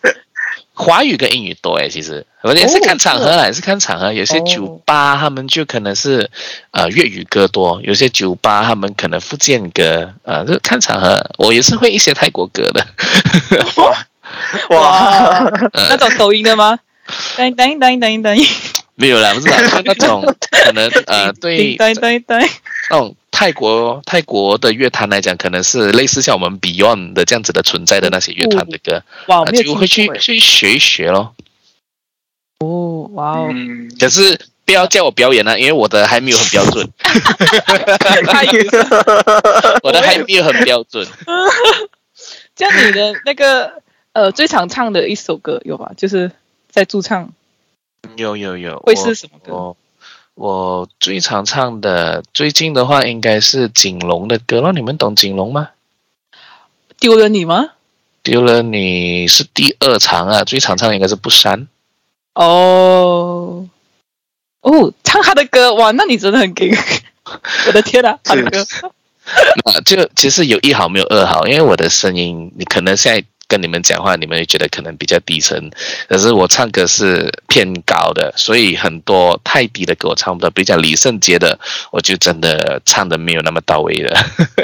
Speaker 4: 华语跟英语多诶，其实我也是看场合啦，也是看场合，有些
Speaker 3: 哦
Speaker 4: 酒吧他们就可能是呃粤语歌多，有些酒吧他们可能福建歌，呃就看场合，我也是会一些泰国歌的，
Speaker 3: 哇，
Speaker 4: 呃
Speaker 3: 那种抖音的吗？噔噔噔噔噔，
Speaker 4: 没有啦，不是 [laughs] 啦，就是那种可 [laughs] 能呃，对
Speaker 3: 叮噔噔噔，
Speaker 4: 那种泰国泰国的乐坛来讲，可能是类似像我们 Beyond 的这样子的存在的那些乐团的歌，
Speaker 3: 哇，我
Speaker 4: 啊
Speaker 3: 没有
Speaker 4: 就
Speaker 3: 听
Speaker 4: 会去
Speaker 3: 过诶。
Speaker 4: 去学一学咯。
Speaker 3: 哦，哇哦，
Speaker 2: 嗯，
Speaker 4: 可是不要叫我表演啊，因为我的还没有很标 [laughs] 准，
Speaker 3: 太
Speaker 2: 嗯
Speaker 3: [laughs] 远了
Speaker 4: 我的还没有很标准。
Speaker 3: 这样你的那个呃最常唱的一首歌有吧？就是在驻唱
Speaker 4: [laughs] 有有有，
Speaker 3: 会是什么
Speaker 2: 哦
Speaker 3: 歌？
Speaker 4: 我我我最常唱的，最近的话应该是景龙的歌咯。你们懂景龙吗？
Speaker 3: 丢了你吗？
Speaker 4: 丢了你是第二场啊，最常唱的应该是不删。
Speaker 3: 哦哦，唱他的歌哇，那你真的很给， [laughs] 我的天啊，他的歌
Speaker 4: 啊，就其实有一好没有二好，因为我的声音，你可能现在跟你们讲话，你们会觉得可能比较低沉，可是我唱歌是偏高的，所以很多太低的歌我唱不到，比较李圣杰的，我就真的唱的没有那么到位了。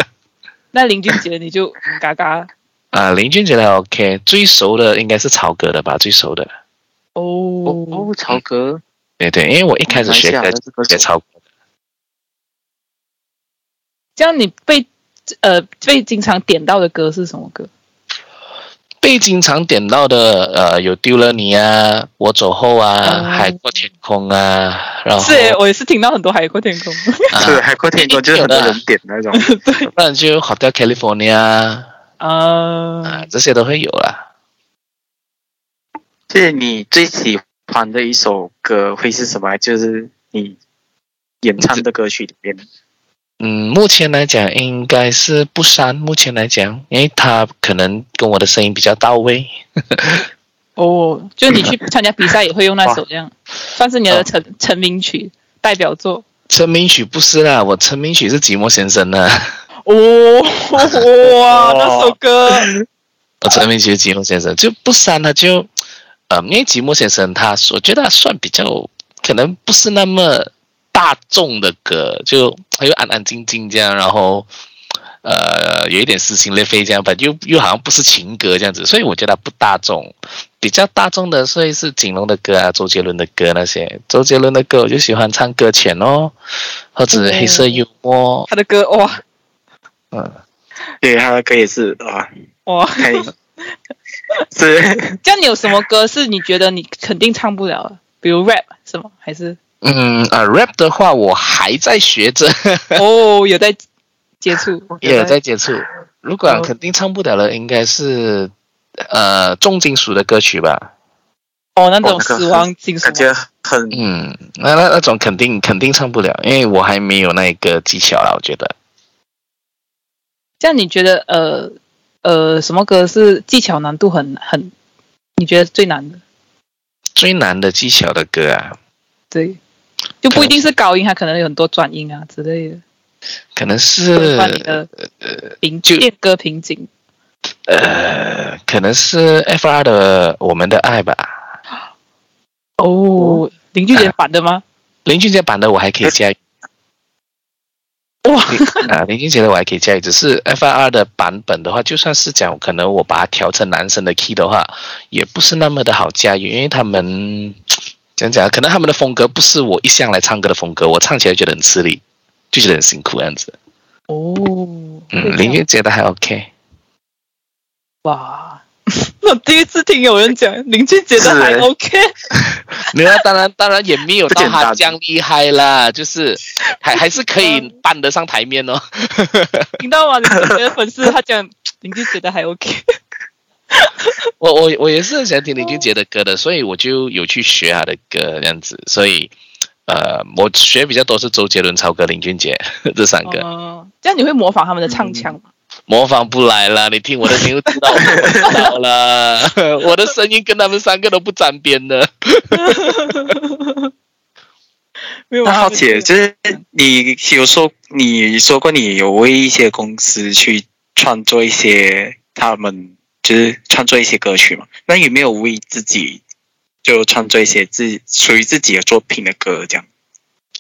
Speaker 4: [laughs]
Speaker 3: 那林俊杰你就嘎嘎
Speaker 4: 啊，林俊杰的 OK，最熟的应该是曹格的吧，最熟的。
Speaker 2: 哦
Speaker 3: 哦
Speaker 2: 哦，曹格
Speaker 4: 对对，因为我嗯一开始学
Speaker 2: 马来
Speaker 4: 歌
Speaker 2: 西亚的这个
Speaker 4: 学曹格，
Speaker 3: 这样你被呃被经常点到的歌是什么歌？
Speaker 4: 被经常点到的，呃，有丢了你啊，我走后啊，
Speaker 3: 哦
Speaker 4: 海阔天空啊，然后
Speaker 3: 是耶，我也是听到很多《海阔天空》 [laughs]
Speaker 4: 啊
Speaker 2: 是海阔天空，就是很多人点那种，
Speaker 4: 不然就 Hotel California 啊，
Speaker 3: 啊，
Speaker 4: 这些都会有啊啦。
Speaker 2: 就是你最喜欢的一首歌会是什么？就是你演唱的歌曲里面，
Speaker 4: 嗯，目前来讲应该是不删。目前来讲，因为它可能跟我的声音比较到位。
Speaker 3: 哦，就你去参加比赛也会用那首这样，算是你的
Speaker 4: 哦
Speaker 3: 成成名曲代表作。
Speaker 4: 成名曲不是啦，我成名曲是《寂寞先生》啊呢。
Speaker 3: 哦，哇，那首歌，
Speaker 4: 我成名曲是《寂寞先生》，就不删它就，呃，因为《寂寞先生》他我觉得他算比较可能不是那么大众的歌，就他又安安静静这样，然后呃有一点撕心裂肺这样吧，又又好像不是情歌这样子，所以我觉得它不大众。比较大众的，所以是景龙的歌啊，周杰伦的歌那些。周杰伦的歌我就喜欢唱《搁浅》哦，或者《黑色幽默》
Speaker 3: 他的歌，哇
Speaker 4: 嗯，
Speaker 2: 对他的歌也是啊，
Speaker 3: 哇，
Speaker 2: 太
Speaker 3: [laughs]
Speaker 2: 是
Speaker 3: 这样你有什么歌是你觉得你肯定唱不了的？比如 rap 什么？还是
Speaker 4: 嗯啊，rap 的话我还在学着。 [laughs]
Speaker 3: 哦，有在接触，
Speaker 4: 也有在接触。如果
Speaker 3: 哦
Speaker 4: 肯定唱不了了，应该是呃重金属的歌曲吧。
Speaker 3: 哦，那种
Speaker 2: 哦那个
Speaker 3: 死亡金属
Speaker 2: 感，觉很
Speaker 4: 嗯，那那那种肯定肯定唱不了，因为我还没有那个技巧啦。我觉得
Speaker 3: 这样你觉得呃呃什么歌是技巧难度很很？你觉得最难的？
Speaker 4: 最难的技巧的歌啊，
Speaker 3: 对，就不一定是高音，它可能有很多转音啊之类的，
Speaker 4: 可能
Speaker 3: 会
Speaker 4: 是呃
Speaker 3: 把你的瓶
Speaker 4: 就
Speaker 3: 变歌瓶颈。
Speaker 4: 呃，可能是 FR 的《我们的爱》吧。
Speaker 3: 哦，林俊杰版的吗？
Speaker 4: 林俊杰版的我还可以驾驭
Speaker 3: 哇，
Speaker 4: 啊，林俊杰的我还可以驾驭，只是 FR 的版本的话，就算是讲可能我把它调成男生的 key 的话，也不是那么的好驾驭，因为他们讲讲，可能他们的风格不是我一向来唱歌的风格，我唱起来觉得很吃力，就觉得很辛苦这样子。
Speaker 3: 哦，
Speaker 2: 啊
Speaker 4: 嗯，林俊杰的还 OK。
Speaker 3: 哇， [laughs] 我第一次听有人讲林俊杰的还
Speaker 2: 是欸
Speaker 3: OK，
Speaker 4: 那啊当然，当然也没有到他
Speaker 2: 不简
Speaker 4: 这
Speaker 2: 单
Speaker 4: 样厉害啦，就是还还是可以搬得上台面哦。
Speaker 3: 听到吗？林俊杰的粉丝
Speaker 2: [laughs]
Speaker 3: 他讲林俊杰的还 OK，
Speaker 4: 我我我也是很喜欢听林俊杰的歌的，所以我就有去学他的歌这样子。所以，呃，我学比较多是周杰伦、曹格、林俊杰 [laughs] 这三
Speaker 2: 哦
Speaker 4: 个，
Speaker 3: 嗯，这样你会模仿他们的唱腔吗？
Speaker 4: 模仿不来啦。你听我的，你就知道我知
Speaker 2: [laughs]
Speaker 4: 道啦。我的声音跟他们三个都不沾边的。
Speaker 3: [laughs] 没有
Speaker 2: 嗯 [laughs] 那
Speaker 3: 啊，
Speaker 2: 好奇，就是你有说你说过你有为一些公司去创作一些他们就是创作一些歌曲嘛？那有没有为自己就创作一些自属于自己的作品的歌这样？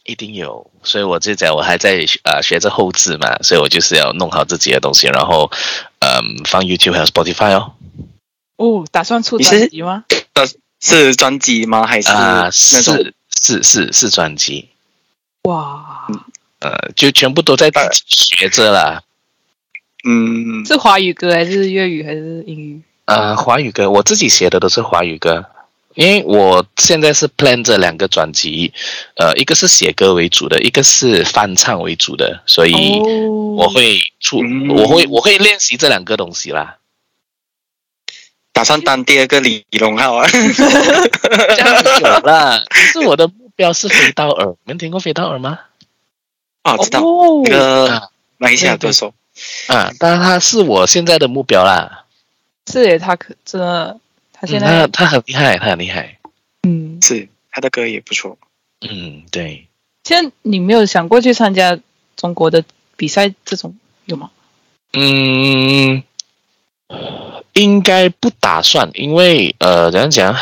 Speaker 4: 一定有，所以我就讲我还在呃学着后置嘛，所以我就是要弄好自己的东西，然后嗯、放 YouTube 还有 Spotify 哦。
Speaker 3: 哦，打算出
Speaker 2: 你是
Speaker 3: 专辑吗？
Speaker 2: 是专辑吗？还是
Speaker 4: 啊、
Speaker 2: 那种？
Speaker 4: 是是是是专辑，
Speaker 3: 哇，
Speaker 4: 呃，就全部都在
Speaker 2: 哎
Speaker 4: 自己学着啦。
Speaker 2: 嗯，
Speaker 3: 是华语歌还是粤语还是英语？
Speaker 4: 呃，华语歌我自己写的都是华语歌，因为我现在是 plan 这两个专辑，呃，一个是写歌为主的，一个是翻唱为主的，所以
Speaker 3: 哦，
Speaker 4: 我会出，
Speaker 2: 嗯
Speaker 4: 我会我会练习这两个东西啦。
Speaker 2: 打算当第二个李荣浩啊？
Speaker 4: 这样就有了，可是我的目标是飞刀耳，你们听过飞刀耳吗？
Speaker 2: 哦，知道、
Speaker 3: 哦
Speaker 2: 那
Speaker 4: 啊
Speaker 2: 个马来西亚歌手，
Speaker 4: 啊，当然它是我现在的目标啦。
Speaker 3: 是耶，他可真的，他
Speaker 4: 嗯，
Speaker 3: 现在
Speaker 4: 他他很厉害，他很厉害。
Speaker 3: 嗯，
Speaker 2: 是他的歌也不错。
Speaker 4: 嗯，对。
Speaker 3: 现在你没有想过去参加中国的比赛这种有吗？
Speaker 4: 嗯，应该不打算，因为呃，怎样讲？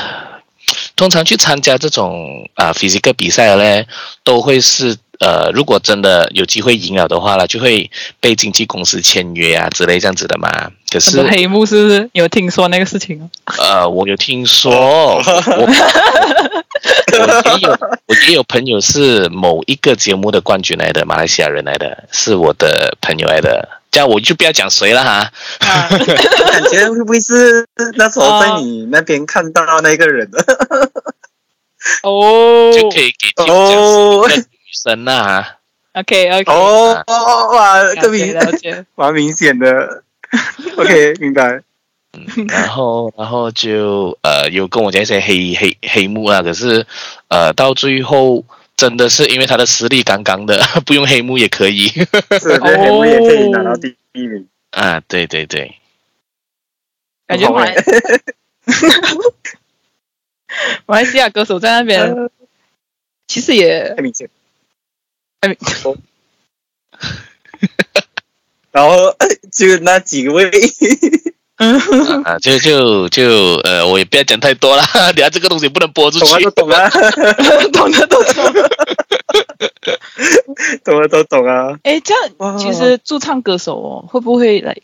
Speaker 4: 通常去参加这种啊、physical 比赛的嘞，都会是呃，如果真的有机会赢了的话啦，就会被经纪公司签约啊之类这样子的嘛。可
Speaker 3: 很
Speaker 4: 是
Speaker 3: 多黑幕是不是？你有听说那个事情啊吗？
Speaker 4: 呃，我有听说，我我也有我也有朋友是某一个节目的冠军来的，马来西亚人来的，是我的朋友来的。这样我就不要讲谁了哈。
Speaker 3: 啊，
Speaker 2: 感觉会不会是那时
Speaker 3: 候在
Speaker 2: 你那边看到那个人的？
Speaker 3: 哦
Speaker 4: 就可以给听
Speaker 2: [laughs]
Speaker 4: 讲
Speaker 2: 哦
Speaker 4: 是一个女生呐、啊。
Speaker 3: ，OK OK，
Speaker 2: [laughs] 哦哦哇，这个明
Speaker 3: 了解，
Speaker 2: [laughs] 蛮明显的。OK，明白。
Speaker 4: 然后然后就呃有跟我讲一些黑黑黑幕啊，可是呃到最后真的是因为他的实力杠杠的， [laughs] 不用黑幕也可以
Speaker 2: [laughs] 是，对，
Speaker 3: 哦
Speaker 2: 我也可以拿到第一名。
Speaker 4: 啊。对对对，
Speaker 3: 感觉
Speaker 2: 好
Speaker 3: 马来
Speaker 2: 玩
Speaker 3: [laughs] 马来西亚歌手在那边其实也
Speaker 2: 呃太明显。
Speaker 3: 太明 [laughs]
Speaker 2: 哦。然后就那几个位，
Speaker 3: 嗯
Speaker 4: 啊就就就呃我也不要讲太多了， [laughs] 等下这个东西不能播出
Speaker 2: 懂啊
Speaker 4: 去
Speaker 2: 都。懂啊，
Speaker 3: 懂得都懂。
Speaker 2: 懂啊都懂啊。
Speaker 3: 哎，这
Speaker 2: 哇
Speaker 3: 样其实驻唱歌手哦，会不会来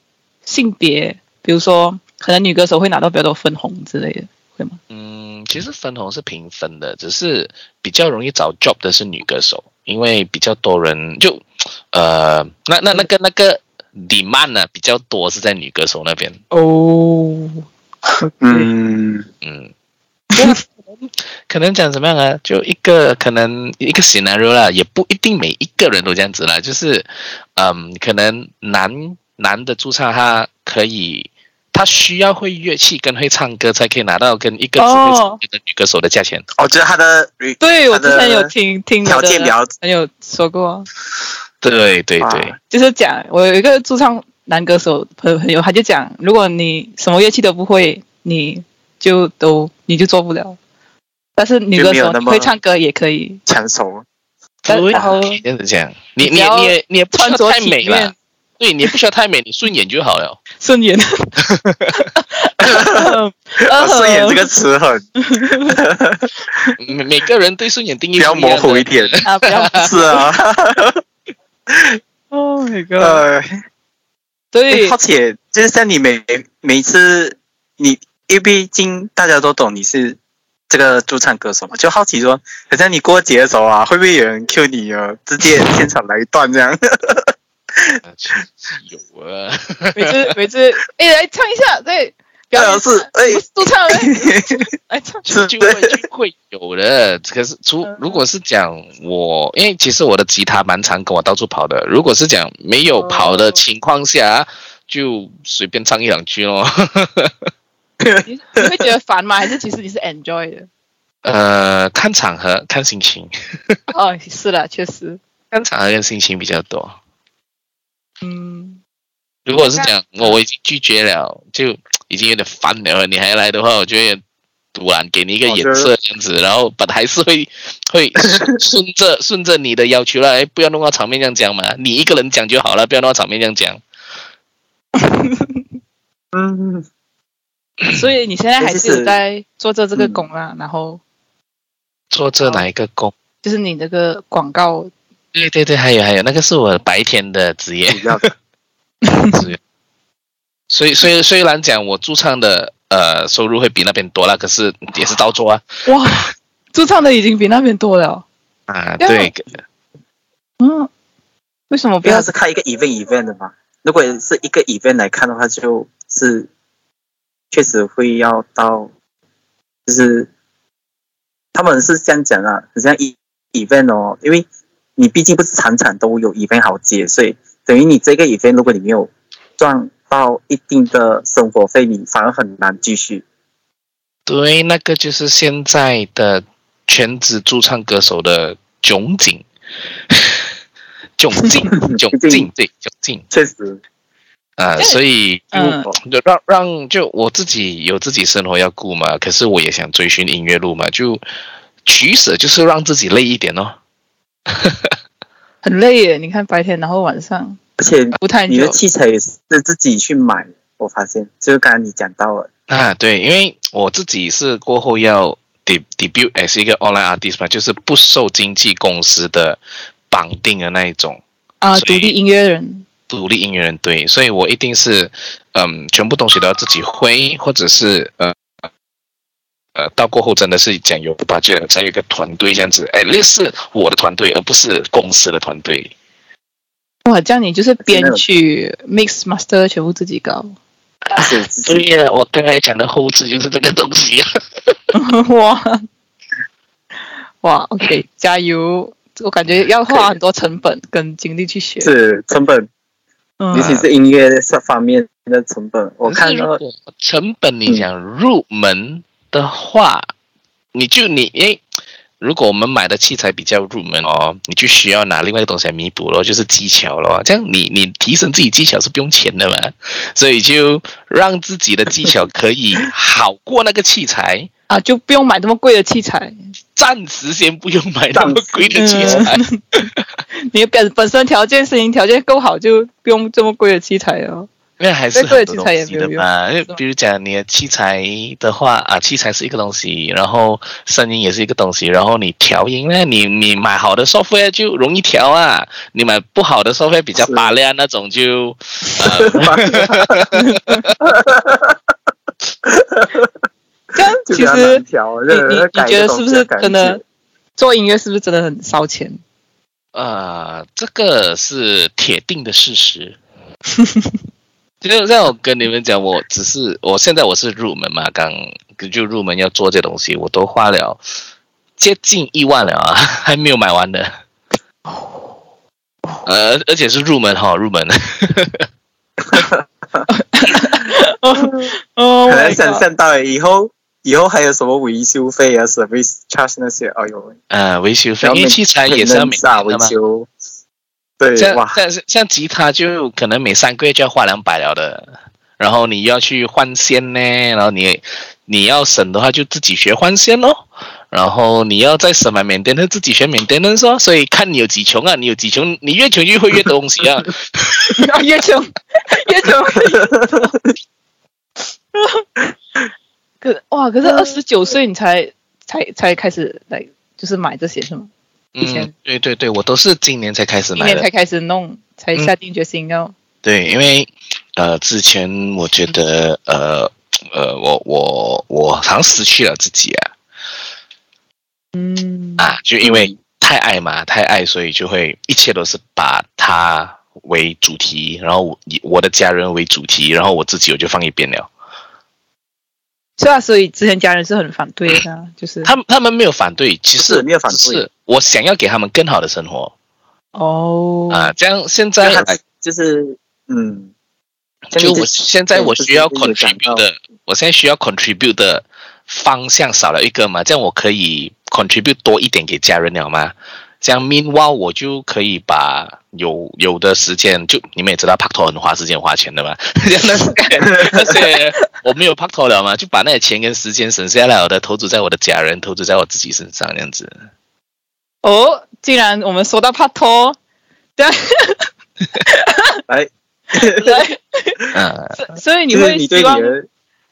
Speaker 3: 性别？比如说，可能女歌手会拿到比较多分红之类的，会吗？
Speaker 4: 嗯，其实分红是平分的，只是比较容易找 job 的是女歌手，因为比较多人就，呃，那那那个那个 demand 呢、比较多是在女歌手那边，
Speaker 3: 哦，
Speaker 2: 嗯，
Speaker 4: 嗯，可能讲怎么样啊？就一个可能一个 scenario 啦，也不一定每一个人都这样子啦，就是，嗯，可能男男的驻唱他可以，他需要会乐器跟会唱歌才可以拿到跟一个只会唱歌的女歌手的价钱。
Speaker 5: 我觉得哦他的
Speaker 3: 对我之
Speaker 5: 他的
Speaker 3: 前有听听
Speaker 5: 条
Speaker 3: 我的
Speaker 5: 件比较
Speaker 3: 朋友说过，
Speaker 4: 对对
Speaker 5: 哇
Speaker 4: 对，
Speaker 3: 就是讲我有一个驻唱男歌手朋朋友，他就讲，如果你什么乐器都不会，你就都你就做不了。但是女
Speaker 5: 就
Speaker 3: 歌
Speaker 5: 没有
Speaker 3: 手
Speaker 5: 那
Speaker 3: 你会
Speaker 5: 么
Speaker 3: 唱歌也可以，
Speaker 5: 抢
Speaker 4: 哦
Speaker 5: 手，
Speaker 3: 但
Speaker 4: 对
Speaker 3: 然后
Speaker 4: 这样子讲，你
Speaker 3: 比
Speaker 4: 你
Speaker 3: 较
Speaker 4: 你也你也不需
Speaker 3: 穿
Speaker 4: 要
Speaker 3: 着
Speaker 4: 太
Speaker 3: 体
Speaker 4: 美
Speaker 3: 面
Speaker 4: 了，对你也不需要太美，你顺眼就好了。
Speaker 3: 顺眼。
Speaker 5: 哦
Speaker 3: 呃
Speaker 5: 啊顺眼这个词很
Speaker 4: 每每个人对顺眼定义
Speaker 5: 比较
Speaker 4: 不一样
Speaker 5: 模
Speaker 4: 的
Speaker 5: 糊一
Speaker 4: [laughs]
Speaker 5: 点，
Speaker 3: 啊，不要。
Speaker 5: 是啊，
Speaker 3: Oh my god！
Speaker 5: 呃，
Speaker 3: 对
Speaker 5: 而且哎就是像你每每一次你，因为毕竟大家都懂你是这个驻唱歌手嘛，就好奇说，好像你过节的时候啊，会不会有人 Q 你哦，直接现场来一段这样？
Speaker 4: 呃其实有
Speaker 5: [laughs]
Speaker 4: 啊，
Speaker 3: 每次每次，哎，来唱一下，对，表演一下
Speaker 5: 是哎
Speaker 3: 不都唱了，
Speaker 5: [laughs]
Speaker 3: 来唱。
Speaker 5: 是
Speaker 4: 就会就会有的。可是除
Speaker 3: 嗯
Speaker 4: 如果是讲我，因为其实我的吉他蛮常跟我到处跑的。如果是讲没
Speaker 3: 哦
Speaker 4: 有跑的情况下，就随便唱一两句咯。 [laughs]
Speaker 3: 你你会觉得烦吗？还是其实你是 enjoy 的？
Speaker 4: 呃，看场合，看心情， [laughs]
Speaker 3: 哦，是的，确实，
Speaker 4: 看场合跟心情比较多。
Speaker 3: 嗯，
Speaker 4: 如果是讲我我已经拒绝了，就已经有点烦了，你还来的话，我就会突然给你一个
Speaker 5: 我觉
Speaker 4: 眼
Speaker 5: 得
Speaker 4: 色这样子，然后本还是会 [coughs] 会顺顺着顺着你的要求来，哎不要弄到场面这样讲嘛，你一个人讲就好了，不要弄到场面这样讲。
Speaker 5: 嗯，
Speaker 3: 所以你现在还是
Speaker 5: 其实
Speaker 3: 有在做着这个工啦，然后
Speaker 4: 做这哪一个工？
Speaker 3: 就是你这个广告，
Speaker 4: 哦对对对，还有还有，那个是我白天的职业。 [coughs]
Speaker 5: 比较的
Speaker 4: 是，所以所以虽然讲我驻唱的呃收入会比那边多啦，可是也是照做啊
Speaker 3: 哇，驻唱的已经比那边多了，
Speaker 4: 啊
Speaker 3: 对啊
Speaker 4: 对，
Speaker 3: 嗯，为什么不
Speaker 5: 因为
Speaker 3: 要
Speaker 5: 它是看一个 event event 的嘛，如果是一个 event 来看的话，就是确实会要到，就是他们是这样讲啊，很像 e event 哦，因为你毕竟不是场场都有 event 好接，所以等于你这个 event 如果你没有赚到一定的生活费，你反而很难继续。
Speaker 4: 对，那个就是现在的全职驻唱歌手的窘境， [laughs] 窘境窘境对窘境
Speaker 5: 确实，
Speaker 4: 啊，所以
Speaker 3: 嗯
Speaker 4: 就让让就我自己有自己生活要顾嘛，可是我也想追寻音乐路嘛，就取舍就是让自己累一点哦。
Speaker 3: 很累耶？你看白天，然后晚上
Speaker 5: 而且
Speaker 3: 不太
Speaker 5: 你
Speaker 3: 久
Speaker 5: 的，器材也是自己去买，我发现就是刚刚你讲到了，
Speaker 4: 啊，对，因为我自己是过后要 de debut as 一个 online artist 嘛，就是不受经纪公司的绑定的那一种
Speaker 3: 啊，
Speaker 4: 所
Speaker 3: 独
Speaker 4: 以
Speaker 3: 立音乐人，
Speaker 4: 独立音乐人，对，所以我一定是嗯，全部东西都要自己会，或者是呃。呃，到过后真的是讲有 budget 了才有一个团队这样子，哎，类似我的团队，而不是公司的团队。
Speaker 3: 哇，这样你就是编曲、mix、master 全部自己搞， [laughs]
Speaker 5: 是自己
Speaker 4: 对呀、我刚才讲的后置就是这个东西啊。
Speaker 3: 哇哇，OK，加油！我感觉要花很多成本跟精力去学，
Speaker 5: 是成本
Speaker 3: 嗯
Speaker 5: 尤其是音乐这方面的成本，我
Speaker 4: 可
Speaker 5: 看
Speaker 4: 是
Speaker 5: 到
Speaker 4: 如果成本，你想入门的话，你就你诶，如果我们买的器材比较入门哦，你就需要拿另外一个东西来弥补咯，就是技巧咯。这样你你提升自己技巧是不用钱的嘛，所以就让自己的技巧可以好过那个器材，
Speaker 3: 啊，就不用买那么贵的器材，
Speaker 4: 暂时先不用买那么贵的器材。
Speaker 3: 你本本身条件、声音条件够好，就不用这么贵的器材了。
Speaker 4: 因为还是很多东西的嘛，因为
Speaker 3: 有用
Speaker 4: 比如讲你的器材的话啊，器材是一个东西，然后声音也是一个东西，然后你调音呢，你你买好的 software 就容易调啊，你买不好的 software 比较
Speaker 5: 是
Speaker 4: 拔亮那种就，呃，
Speaker 5: [laughs]
Speaker 3: 这样
Speaker 5: [laughs] 就
Speaker 3: 其
Speaker 5: 比较
Speaker 3: 实
Speaker 5: 难调，
Speaker 3: 你
Speaker 5: 就
Speaker 3: 你
Speaker 5: 要
Speaker 3: 你
Speaker 5: 改一
Speaker 3: 觉得
Speaker 5: 个东
Speaker 3: 是
Speaker 5: 西
Speaker 3: 不是
Speaker 5: 要改
Speaker 3: 真
Speaker 5: 一
Speaker 3: 的
Speaker 5: 些
Speaker 3: 做音乐是不是真的很烧钱？
Speaker 4: 呃，这个是铁定的事实。就让我跟你们讲，我只是我现在我是入门嘛，刚就入门要做这东西，我都花了接近一万了啊，还没有买完呢。呃，而且是入门哈，入门。
Speaker 3: 哦，
Speaker 5: 可能想象到以后以后还有什么维修费啊、service charge 那些，哎呦，
Speaker 4: 呃，维修费，
Speaker 5: 要
Speaker 4: 因为
Speaker 5: main-
Speaker 4: 器材也是要每
Speaker 5: maintenance 啊
Speaker 4: 年
Speaker 5: 维
Speaker 4: 的嘛。
Speaker 5: 修，对，
Speaker 4: 像
Speaker 5: 哇，
Speaker 4: 像像吉他就可能每三个月就要花两百了的，然后你要去换线呢，然后你你要省的话就自己学换线咯，然后你要再省买缅甸的自己学缅甸的说，所以看你有几穷啊，你有几穷，你越穷就会越多东西啊，
Speaker 3: [laughs] 啊，越穷越穷。
Speaker 5: [laughs]
Speaker 3: 可是哇，可是
Speaker 5: 嗯
Speaker 3: 二十九岁你才才才开始来，就是买这些是吗？以前
Speaker 4: 嗯，对对对，我都是今年才开始
Speaker 3: 今
Speaker 4: 买
Speaker 3: 年
Speaker 4: 的
Speaker 3: 才，开始弄，才
Speaker 4: 嗯
Speaker 3: 下定决心要。
Speaker 4: 对，因为呃，之前我觉得呃呃，我我我好像失去了自己啊，
Speaker 3: 嗯，
Speaker 4: 啊，就因为太爱嘛，太爱，所以就会一切都是把他为主题，然后我以我的家人为主题，然后我自己我就放一边了。
Speaker 3: 是啊，所以之前家人是很反对的啊，就是
Speaker 4: 他们他们没有反对，其
Speaker 5: 不
Speaker 4: 实
Speaker 5: 是没有反对
Speaker 4: 只是我想要给他们更好的生活
Speaker 3: 哦，
Speaker 4: 啊。这样现
Speaker 5: 就
Speaker 4: 在
Speaker 5: 他就是嗯，
Speaker 4: 就我现在我需要
Speaker 5: 就是有讲
Speaker 4: contribute
Speaker 5: 到
Speaker 4: 的，我现在需要 contribute 的方向少了一个嘛，这样我可以 contribute 多一点给家人了吗？这样 meanwhile 我就可以把有有的时间，就你们也知道拍拖很花时间花钱的嘛， [laughs] 这样那些那些我没有拍拖了嘛，就把那些钱跟时间省下来，我的投资在我的家人，投资在我自己身上，这样子。
Speaker 3: 哦，既然我们说到帕托，对，啊
Speaker 5: 来，
Speaker 3: 对
Speaker 4: 嗯，
Speaker 3: 所所以你
Speaker 5: 哎就是
Speaker 3: 会
Speaker 5: 你对
Speaker 3: 希
Speaker 5: 你
Speaker 3: 望
Speaker 5: 的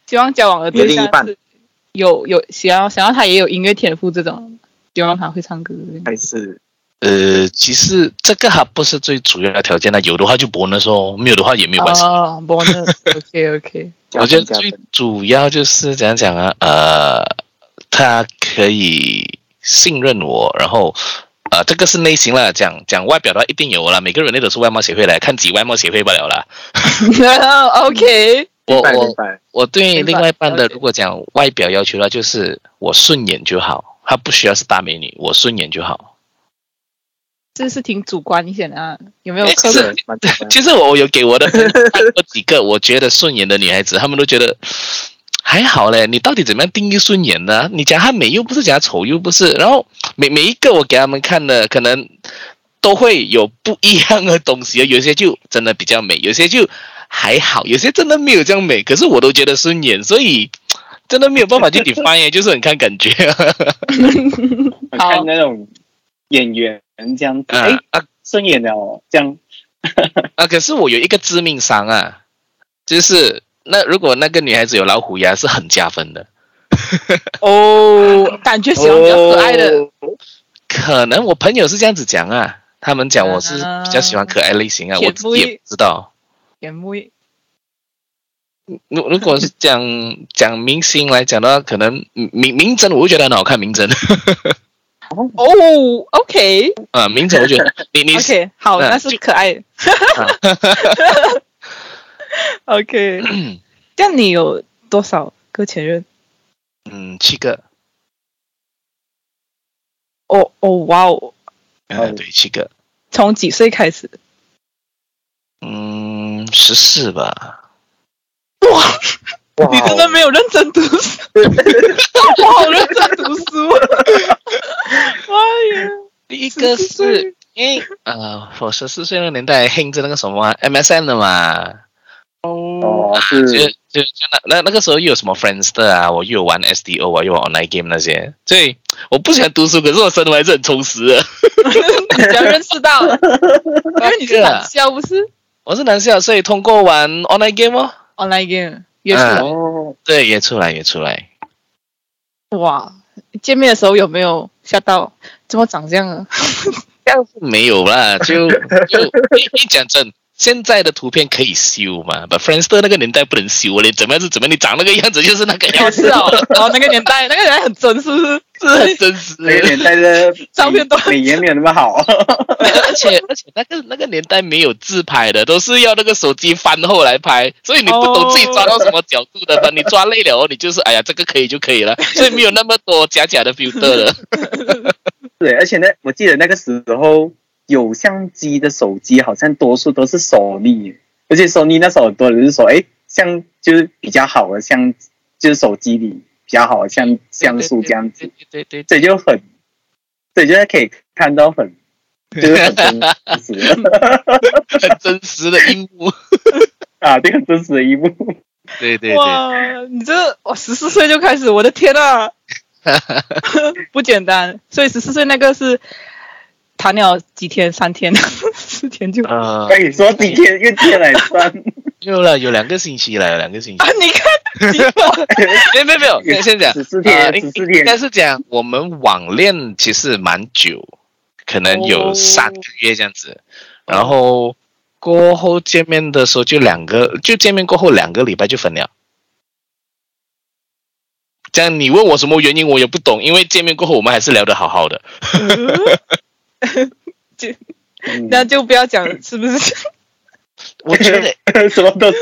Speaker 3: 希望交往的对
Speaker 5: 你的另
Speaker 3: 象
Speaker 5: 一半
Speaker 3: 是有有想要想要他也有音乐天赋这种，希望他会唱歌。
Speaker 5: 还是
Speaker 4: 呃，其实这个还不是最主要的条件呢，有的话就 bonus 哦，没有的话也没有关系。
Speaker 3: 哦，bonus，OK OK， [laughs]
Speaker 5: 加
Speaker 4: 我觉
Speaker 5: 分
Speaker 4: 得
Speaker 5: 加
Speaker 4: 最
Speaker 5: 分，
Speaker 4: 主要就是怎样讲啊，呃，他可以信任我，然后呃，这个是内心啦，讲讲外表的话一定有啦，每个人类都是外貌协会来看几外貌协会不了啦。
Speaker 3: OK，
Speaker 4: 我
Speaker 5: 明白明
Speaker 4: 我
Speaker 5: 白，
Speaker 4: 我对
Speaker 3: 明白
Speaker 4: 另外一半的
Speaker 3: 了解
Speaker 4: 如果讲外表要求的话，就是我顺眼就好，他不需要是大美女，我顺眼就好。
Speaker 3: 这是挺主观一些的啊，有
Speaker 4: [laughs]
Speaker 3: 没有
Speaker 4: 哎
Speaker 3: 客
Speaker 4: 是
Speaker 3: 人？
Speaker 5: 对蛮加分
Speaker 4: 其实我有给我的朋友看过几个我觉得顺眼的女孩子，她们都觉得还好嘞。你到底怎么样定义顺眼呢？你讲她美又不是，讲她丑又不是。然后每每一个我给他们看的，可能都会有不一样的东西。有些就真的比较美，有些就还好，有些真的没有这样美。可是我都觉得顺眼，所以真的没有办法去 define，耶就是很看感觉。
Speaker 2: 我看那种演员这样子，
Speaker 4: 啊
Speaker 2: 哎、
Speaker 4: 啊
Speaker 2: 顺眼了哦，这样
Speaker 4: 啊！可是我有一个致命伤啊，就是那如果那个女孩子有老虎牙，是很加分的。
Speaker 3: 哦，感觉喜欢比较可爱的，
Speaker 2: 哦
Speaker 4: 可能我朋友是这样子讲啊，他们讲我是
Speaker 3: 啊
Speaker 4: 比较喜欢可爱类型啊，
Speaker 3: 也
Speaker 4: 我
Speaker 3: 不
Speaker 4: 自己也不知道。
Speaker 3: 眼目一
Speaker 4: 如如果是讲讲明星来讲的话，可能嗯明明真我会觉得很好看，明真 [laughs]
Speaker 3: 哦，OK
Speaker 4: 啊，明真我觉得你你
Speaker 3: OK，好，
Speaker 4: 嗯
Speaker 3: 那是可爱的。OK，这样你有多少个前任？
Speaker 4: 嗯七个，
Speaker 3: 哦哦，哇哦，
Speaker 4: 嗯对七个，
Speaker 3: 从几岁开始？
Speaker 4: 嗯十四吧，
Speaker 5: 哇
Speaker 3: [laughs]
Speaker 5: 哦 [laughs]
Speaker 3: 你真的没有认真读书，我好认真读书啊！哎呀，
Speaker 4: 第一个
Speaker 3: 14岁
Speaker 4: 是因为呃我十四岁那个年代兴着那个什么啊 MSN 的嘛，
Speaker 5: 哦
Speaker 3: [laughs]
Speaker 4: 就是就就那那那个时候又有什么 Friendster 啊，我又有玩 SDO 啊，又有 online game 那些，所以我不喜欢读书，可是我生活还是很充实的。
Speaker 3: 你只要认识到，因为你是男校不是
Speaker 4: 我是男校，所以通过玩 online game 哦，
Speaker 3: online game 约出来、
Speaker 5: 哦，
Speaker 4: 对，也出来也出来，
Speaker 3: 哇！见面的时候有没有吓到？怎么长这样啊？
Speaker 4: 这样是没有啦，就就你你讲真。现在的图片可以修嘛？把 Friendster 那个年代不能修嘞，怎么样是怎么样，你长那个样子就是那个样
Speaker 3: [laughs] 哦，
Speaker 4: 子，
Speaker 3: 是哦，哦，那个年代，那个年代很真，是不是？
Speaker 4: 是很真实。
Speaker 5: 那个年代的
Speaker 3: 照片都
Speaker 5: 美颜没有那么好，
Speaker 4: [laughs] 而且而且那个那个年代没有自拍的，都是要那个手机翻后来拍，所以你不懂自己抓到什么角度的吧？你抓累了哦，你就是哎呀这个可以就可以了，所以没有那么多假假的 filter 了。
Speaker 5: 对，而且呢，我记得那个时候有相机的手机好像多数都是索尼，而且 Sony 那时候很多人是说，哎，像就是比较好的，像就是手机里比较好的像像素这样子，
Speaker 4: 对对对
Speaker 5: 所以就很，所以就是可以看
Speaker 4: [laughs]
Speaker 5: 到很，就是很真实 [laughs]
Speaker 4: 对，很真实的一幕，
Speaker 5: 啊，这个真实的一幕。
Speaker 4: 对对对，
Speaker 3: 哇，你这我十四岁就开始，我的天啊， [laughs] 不简单。所以十四岁那个是谈了几天？三天、 [laughs] 四
Speaker 4: [laughs]
Speaker 3: 天就啊？
Speaker 4: 呃，
Speaker 5: 跟你哎说几天用天来算，
Speaker 4: 有了有两个星期了，有两个星期，
Speaker 3: 你看，你看 [laughs]
Speaker 4: 没有没有没有，现在讲
Speaker 5: 十四天
Speaker 4: 呃
Speaker 5: 十
Speaker 4: 应
Speaker 5: 四天
Speaker 4: 应该是讲我们网恋其实蛮久，可能有三个月这样子，然后过后见面的时候就两个，就见面过后两个礼拜就分了。这样你问我什么原因，我也不懂，因为见面过后我们还是聊得好好的。
Speaker 5: [laughs] 嗯
Speaker 3: 那就不要讲是不
Speaker 4: [laughs]
Speaker 3: 是？
Speaker 4: 我觉得
Speaker 5: 什么东
Speaker 4: [laughs]
Speaker 5: 西？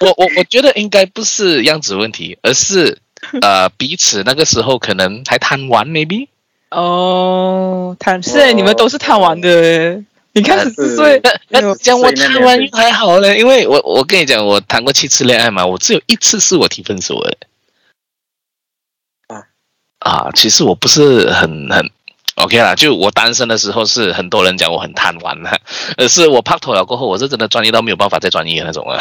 Speaker 4: 我我我觉得应该不是样子问题，而是呃彼此那个时候可能还贪玩，maybe
Speaker 3: 哦，谈是欸你们都是贪玩的欸，你
Speaker 4: 呃
Speaker 3: 看十四岁
Speaker 5: 是
Speaker 4: 那
Speaker 3: 哎呦
Speaker 4: 那讲我
Speaker 5: 所以那
Speaker 4: 贪
Speaker 5: 边
Speaker 4: 玩
Speaker 5: 是
Speaker 4: 又还好嘞，因为我我跟你讲，我谈过七次恋爱嘛，我只有一次是我提分手的。
Speaker 5: 啊
Speaker 4: 啊，其实我不是很很 OK 啦，就我单身的时候是很多人讲我很贪玩的，而是我拍拖了过后，我是真的专一到没有办法再专一的那种啊。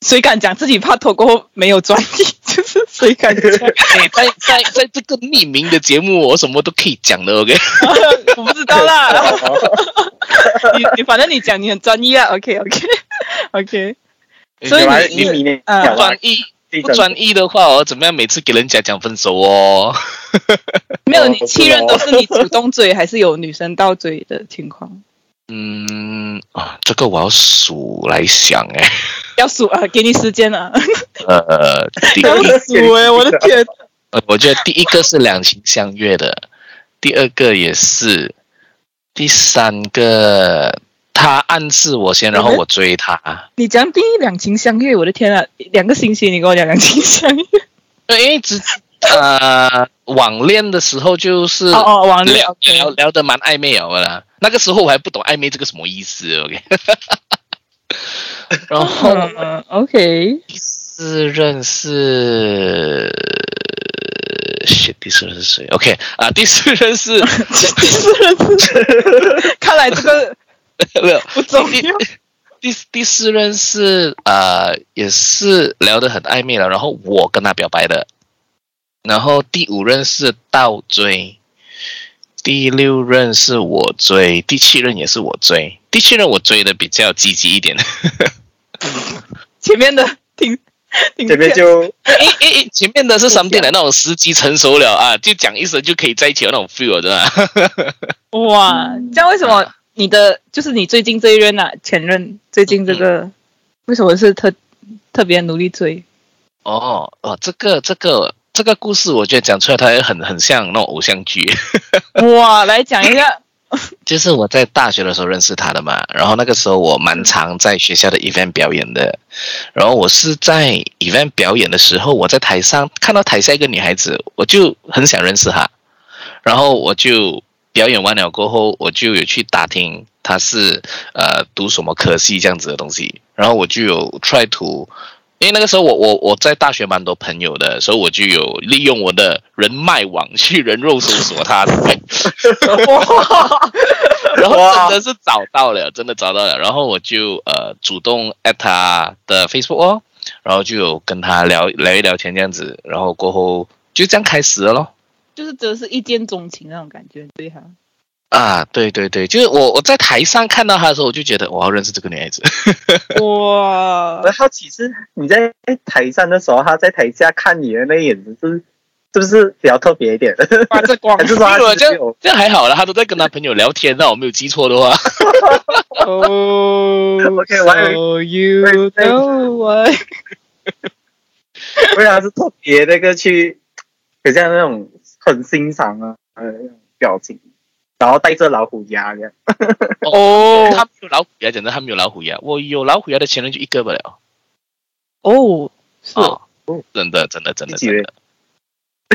Speaker 3: 谁敢讲自己怕脱过后没有专业？ [laughs] 就是谁敢讲？
Speaker 4: [laughs] 哎在在在这个匿名的节目，我什么都可以讲的，OK。
Speaker 3: [laughs] 我不知道啦。你你反正你讲你很专业啊，OK OK [laughs] OK，所以
Speaker 5: 原来
Speaker 3: 你
Speaker 5: 你你
Speaker 3: 啊
Speaker 4: 呃
Speaker 5: 讲
Speaker 4: 不专
Speaker 5: 完
Speaker 4: 一
Speaker 5: 第一
Speaker 4: 不
Speaker 5: 整
Speaker 4: 专一的话，我怎么样每次给人家讲分手哦？
Speaker 3: 没有你
Speaker 5: 哦
Speaker 3: 七任
Speaker 5: 是
Speaker 3: 都
Speaker 5: 哦
Speaker 3: 是你主动追，还是有女生倒追的情况？
Speaker 4: 嗯啊，这个我要数来想哎、
Speaker 3: 要数啊，给你时间啊，
Speaker 4: 呃，第
Speaker 3: 要 [laughs]
Speaker 4: 一
Speaker 3: 数哎、我的天，
Speaker 4: 呃我觉得第一个是两情相悦的，第二个也是，第三个他暗示我先，
Speaker 3: 嗯
Speaker 4: 然后我追他。
Speaker 3: 你讲第一两情相悦，我的天啊，两个星期你跟我讲两情相悦，
Speaker 4: 对，因为只呃网恋的时候就是
Speaker 3: 哦哦，网恋
Speaker 4: 聊
Speaker 3: OK，
Speaker 4: 聊聊得蛮暧昧了啦。那个时候我还不懂暧昧这个什么意思，OK。然后
Speaker 3: 嗯嗯 OK， [laughs]
Speaker 4: 第四任是 shit，第四任是谁？OK 啊，第四任是
Speaker 3: 第四任是， [laughs] 看来这个
Speaker 4: 没有
Speaker 3: 不重要。
Speaker 4: 第第四任是呃，也是聊得很暧昧了，然后我跟他表白的，然后第五任是倒追，第六任是我追，第七任也是我追，第七任我追的比较积极一点，
Speaker 3: 前面的挺挺
Speaker 5: 这边就
Speaker 4: 诶诶诶，前面的是 something 的那种时机成熟了啊，就讲一声就可以在一起的那种啊 feel，真的。
Speaker 3: 哇，这样为什么你的就是你最近这一任啊，前任最近这个、为什么是特特别努力追？
Speaker 4: [laughs] 哦哦，这个这个这个故事，我觉得讲出来它也很很像那种偶像剧。
Speaker 3: [laughs] 哇，来讲一下，
Speaker 4: 就是我在大学的时候认识他的嘛，然后那个时候我蛮常在学校的 event 表演的，然后我是在 event 表演的时候，我在台上看到台下一个女孩子，我就很想认识她，然后我就表演完了过后，我就有去打听她是呃读什么科系这样子的东西，然后我就有 try to。因为那个时候我我我在大学蛮多朋友的，所以我就有利用我的人脉网去人肉搜索她。
Speaker 3: 哇，
Speaker 4: 然后真的是找到了，真的找到了。然后我就呃主动 at 他的 Facebook 哦，然后就有跟他聊聊一聊天这样子，然后过后就这样开始了咯。
Speaker 3: 就是真的是一见钟情那种感觉，对哈、
Speaker 4: 啊，对对对，就是我我在台上看到他的时候，我就觉得我要认识这个女孩子。
Speaker 3: 哇
Speaker 5: 我，好奇是你在台上的时候，他在台下看你的那眼神是是不是比较特别一点？
Speaker 3: 发着光 [laughs]
Speaker 5: [laughs] 还是说
Speaker 4: [laughs]
Speaker 5: 他
Speaker 4: 我
Speaker 5: 其
Speaker 4: 这
Speaker 5: 实
Speaker 4: 样
Speaker 5: 有
Speaker 4: 这样还好啦，他都在跟他朋友聊天，那我没有记错的话，
Speaker 3: 哦
Speaker 5: OK，我还以为
Speaker 3: so you
Speaker 5: 我以为
Speaker 3: know why？
Speaker 5: 不然他是特别那个去，有像那种很欣赏啊呃那种表情，然后带着老虎牙这样。
Speaker 4: 他
Speaker 3: 哦
Speaker 4: 没有老虎牙，讲真，他没有老虎牙，我有老虎牙的前任就一个不了。
Speaker 3: 哦，是
Speaker 4: 啊真的真的真的
Speaker 5: 第几
Speaker 4: 真
Speaker 5: 位
Speaker 4: 的。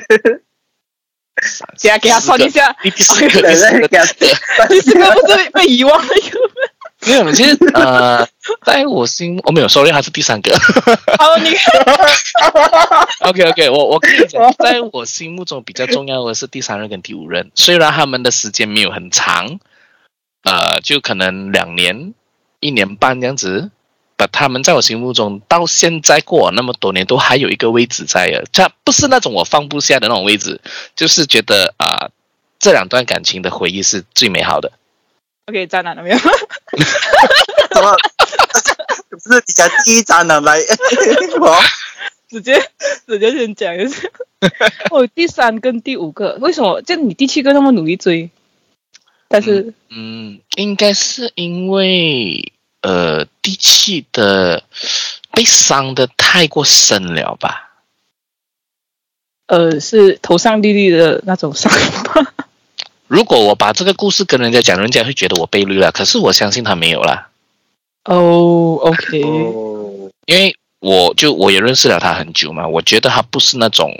Speaker 3: [laughs]
Speaker 4: 三
Speaker 3: 给他给他算一下，
Speaker 4: 第四个，第四个，第四个
Speaker 5: 对对
Speaker 3: [laughs] 第四个不是被遗忘了一个，
Speaker 4: [laughs] 没有，其实呃，在我心，哦我、没有，sorry，他是第三个。
Speaker 3: 好，你
Speaker 4: [laughs] OK OK，我我跟你讲，在我心目中比较重要的是第三任跟第五任，虽然他们的时间没有很长，呃，就可能两年、一年半这样子，把他们在我心目中到现在过了那么多年，都还有一个位置在的。他不是那种我放不下的那种位置，就是觉得啊、这两段感情的回忆是最美好的。
Speaker 3: OK 渣男了没有？
Speaker 5: 怎么？不是你讲第一章呢？来，我
Speaker 3: 直接 [laughs] 直接先讲一 [laughs] 下。哦，第三跟第五个，为什么？就你第七个那么努力追，但是、
Speaker 4: 嗯，应该是因为呃地气的被伤的太过深了吧。
Speaker 3: 呃是头上绿绿的那种伤疤。
Speaker 4: 如果我把这个故事跟人家讲，人家会觉得我被绿了。可是我相信他没有啦，
Speaker 3: 哦，OK，
Speaker 5: 哦，
Speaker 4: 因为我就我也认识了他很久嘛，我觉得他不是那种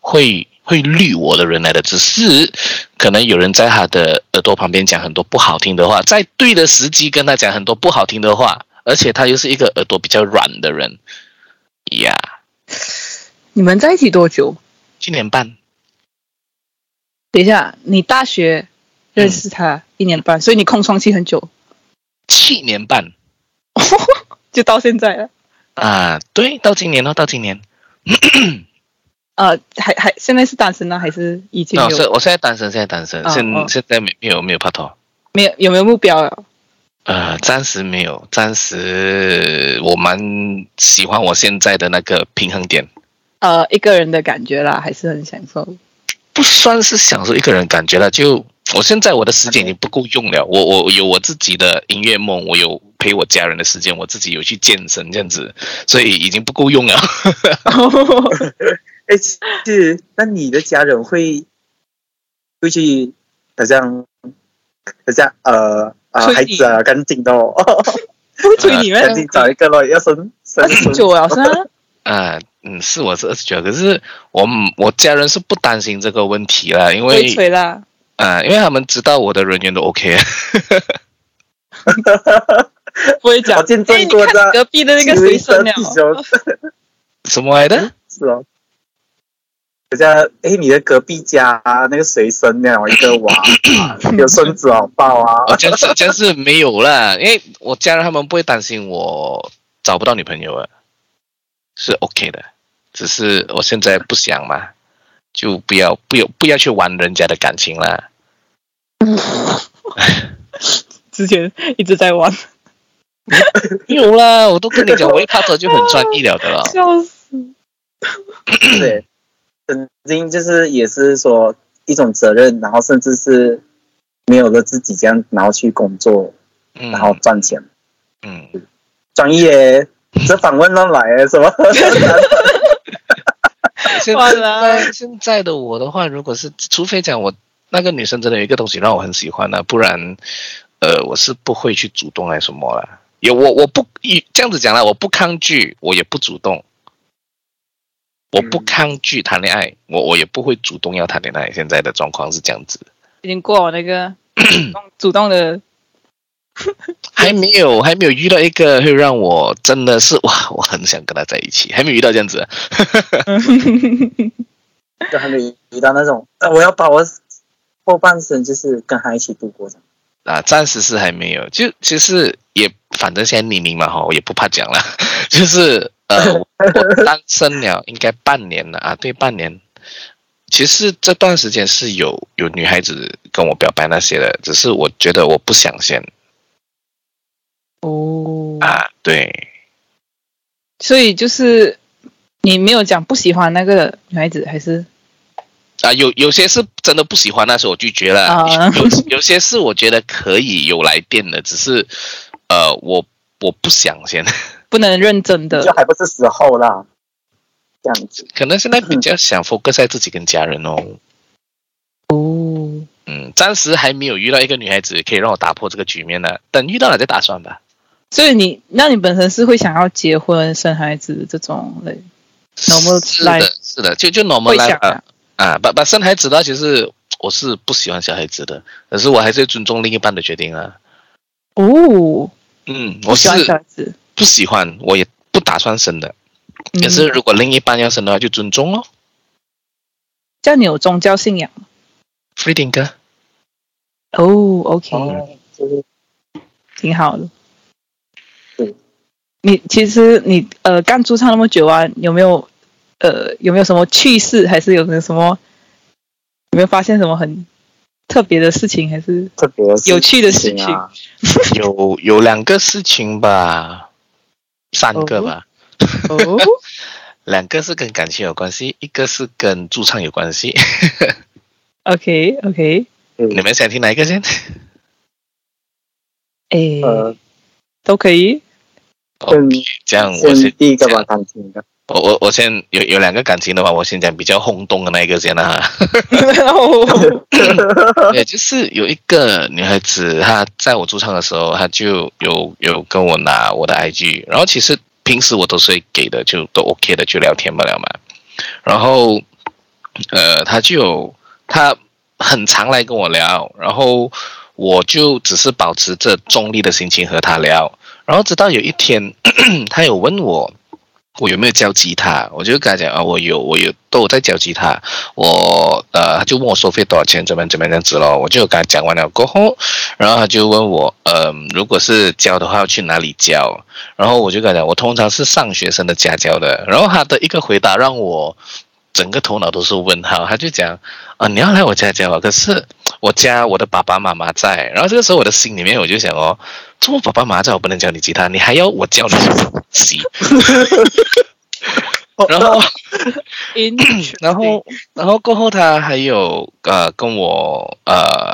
Speaker 4: 会会绿我的人来的，只是可能有人在他的耳朵旁边讲很多不好听的话，在对的时机跟他讲很多不好听的话，而且他又是一个耳朵比较软的人，呀、
Speaker 3: 你们在一起多久？
Speaker 4: 一年半，
Speaker 3: 等一下，你大学认识他一年半，所以你空窗期很久，
Speaker 4: 七年半
Speaker 3: 就到现在了。
Speaker 4: 啊，对，到今年哦，到今年，
Speaker 3: 呃，还还现在是单身呢，还是已经
Speaker 4: 那我
Speaker 3: 有、
Speaker 4: 是哦我现在单身，现在单身，
Speaker 3: 哦
Speaker 4: 现
Speaker 3: 哦
Speaker 4: 现在没没有没有拍拖。
Speaker 3: 没有有没有目标了？
Speaker 4: 呃，暂时没有，暂时我蛮喜欢我现在的那个平衡点，
Speaker 3: 呃，一个人的感觉啦，还是很享 [laughs] 受。
Speaker 4: 不算是享受一个人感觉了。就我现在我的时间已经不够用了，我我我有我自己的音乐梦，我有陪我家人的时间，我自己有去健身这样子，所以已经不够用了。
Speaker 5: 哎，是，那你的家人会会去好像好像呃啊
Speaker 3: 催
Speaker 5: 孩
Speaker 3: 你
Speaker 5: 子啊，赶紧的哦，
Speaker 3: 不催你
Speaker 5: 赶
Speaker 3: 们
Speaker 5: 紧找一个咯，要生生
Speaker 3: 二十 [laughs] 九了是吗？
Speaker 4: 啊、嗯，是我是二十九，可是我我家人是不担心这个问题啦，因
Speaker 3: 不会
Speaker 4: 为
Speaker 3: 催啦。
Speaker 4: 啊、因为他们知道我的人缘都 OK。
Speaker 3: 不会讲。
Speaker 5: 我见证
Speaker 3: 哎你
Speaker 5: 过
Speaker 3: 看
Speaker 5: 的
Speaker 3: 隔壁的那个谁生了？
Speaker 5: 了，
Speaker 4: 什么来的？
Speaker 5: 哦是哦。人家哎，你的隔壁家、那个谁生了一个
Speaker 3: [coughs]
Speaker 5: 娃，有孙子好抱啊！
Speaker 4: 这样是这样是没有啦，因为我家人他们不会担心我找不到女朋友啊，是 OK 的，只是我现在不想嘛，就不要不要不要去玩人家的感情啦。
Speaker 3: 之前一直在玩，。
Speaker 4: 没有啦，我都跟 [laughs] 你讲，我一拍拖就很专一了的了
Speaker 3: 笑死。
Speaker 5: 对，曾经就是也是说一种责任，然后甚至是没有了自己这样，然后去工作，
Speaker 4: 嗯
Speaker 5: 然后赚钱，
Speaker 4: 嗯，
Speaker 5: 专业这访问乱来耶什
Speaker 3: [laughs]
Speaker 5: 么？
Speaker 4: [laughs] 现
Speaker 3: 完
Speaker 4: 在
Speaker 3: 了
Speaker 4: 现在的我的话，如果是除非讲我那个女生真的有一个东西让我很喜欢的、不然呃，我是不会去主动来什么了。也我我不一这样子讲啦，我不抗拒，我也不主动，我不抗拒谈恋爱，我我也不会主动要谈恋爱。现在的状况是这样子，
Speaker 3: 已经过我那 [coughs] 个主动主动 [laughs] 的，
Speaker 4: 还没有还没有遇到一个会让我真的是哇，我很想跟他在一起，还没有遇到这样子。啊
Speaker 5: 就还没遇到那种，呃我要把我后半生就是跟他一起度过的。
Speaker 4: 啊，暂时是还没有，就其实也反正现在匿名嘛哈，我也不怕讲了， [laughs] 就是呃，我我单身了应该半年了啊，对，半年。其实这段时间是有有女孩子跟我表白那些的，只是我觉得我不想先
Speaker 3: 哦，
Speaker 4: 啊，对，
Speaker 3: 所以就是你没有讲不喜欢那个女孩子，还是
Speaker 4: 啊，有有些是真的不喜欢，那时候我拒绝了。
Speaker 3: 啊
Speaker 4: 有有些是我觉得可以有来电的，只是呃，我我不想先， [laughs]
Speaker 3: 不能认真的
Speaker 5: 就还不是时候啦，这样子。
Speaker 4: 可能现在比较想 focus 在自己跟家人哦。
Speaker 3: 哦？
Speaker 4: 嗯，暂时还没有遇到一个女孩子可以让我打破这个局面的，等遇到了再打算吧。
Speaker 3: 所以你，那你本身是会想要结婚、生孩子这种类，Normal
Speaker 4: 是的
Speaker 3: life，
Speaker 4: 是的，就就 normal
Speaker 3: 会想
Speaker 4: life
Speaker 3: 啊
Speaker 4: 啊啊，把把生孩子的话，其实我是不喜欢小孩子的，可是我还是尊重另一半的决定啊。
Speaker 3: 哦，
Speaker 4: 嗯，
Speaker 3: 我
Speaker 4: 我
Speaker 3: 喜
Speaker 4: 是
Speaker 3: 欢小孩子，
Speaker 4: 不喜欢，我也不打算生的。
Speaker 3: 嗯
Speaker 4: 可是如果另一半要生的话，就尊重咯。
Speaker 3: 这样你有宗教信仰吗
Speaker 4: f r e e d i n
Speaker 3: [laughs]
Speaker 4: 哥，
Speaker 3: 哦，OK，
Speaker 2: 哦，就是
Speaker 3: 挺好的
Speaker 2: 对。
Speaker 3: 你其实你呃干驻唱那么久啊，有没有呃有没有什么趣事，还是有没有什么有没有发现什么很特别的事情，还是
Speaker 2: 特别的
Speaker 3: 有趣的事
Speaker 2: 情啊，
Speaker 4: 有有两个事情吧，三个吧，
Speaker 3: 哦
Speaker 4: 两个是跟感情有关系，一个是跟驻唱有关系。
Speaker 3: ，OK
Speaker 2: [laughs]
Speaker 3: OK，
Speaker 4: [laughs] 你们想听哪一个先？
Speaker 3: 哎，
Speaker 4: 嗯
Speaker 2: 呃，
Speaker 3: 都
Speaker 2: [laughs]
Speaker 3: 可以，
Speaker 2: 跟
Speaker 4: 这样我
Speaker 2: 先
Speaker 4: 先
Speaker 2: 第一个吧，
Speaker 4: 先
Speaker 2: 感情的，
Speaker 4: 我我我先有有两个感情的话，我先讲比较轰动的那一个先啦、
Speaker 2: [laughs]
Speaker 3: 哦
Speaker 4: [laughs] 对，就是有一个女孩子，她在我驻唱的时候，她就有有跟我拿我的 IG，然后其实平时我都是会给的，就都 OK 的，就聊天不了嘛。然后，呃，她就有她很常来跟我聊，然后我就只是保持着中立的心情和她聊，然后直到有一天， [clears throat] 她有问我。我有没有教吉他？我就跟她讲啊，我有，我有，都有在教吉他。我呃，他就问我收费多少钱，怎么怎么样这样子咯，我就跟他讲完了过后，然后他就问我，呃，如果是教的话要去哪里教？然后我就跟他讲，我通常是上学生的家教的。然后他的一个回答让我整个头脑都是问号，他就讲啊、你要来我家教啊，可是我家我的爸爸妈妈在。然后这个时候我的心里面我就想哦，中国爸哦爸妈妈在，我不能教你吉他，你还要我教你洗？然后。
Speaker 3: ，interesting
Speaker 4: 然后，然后过后他还有呃跟我呃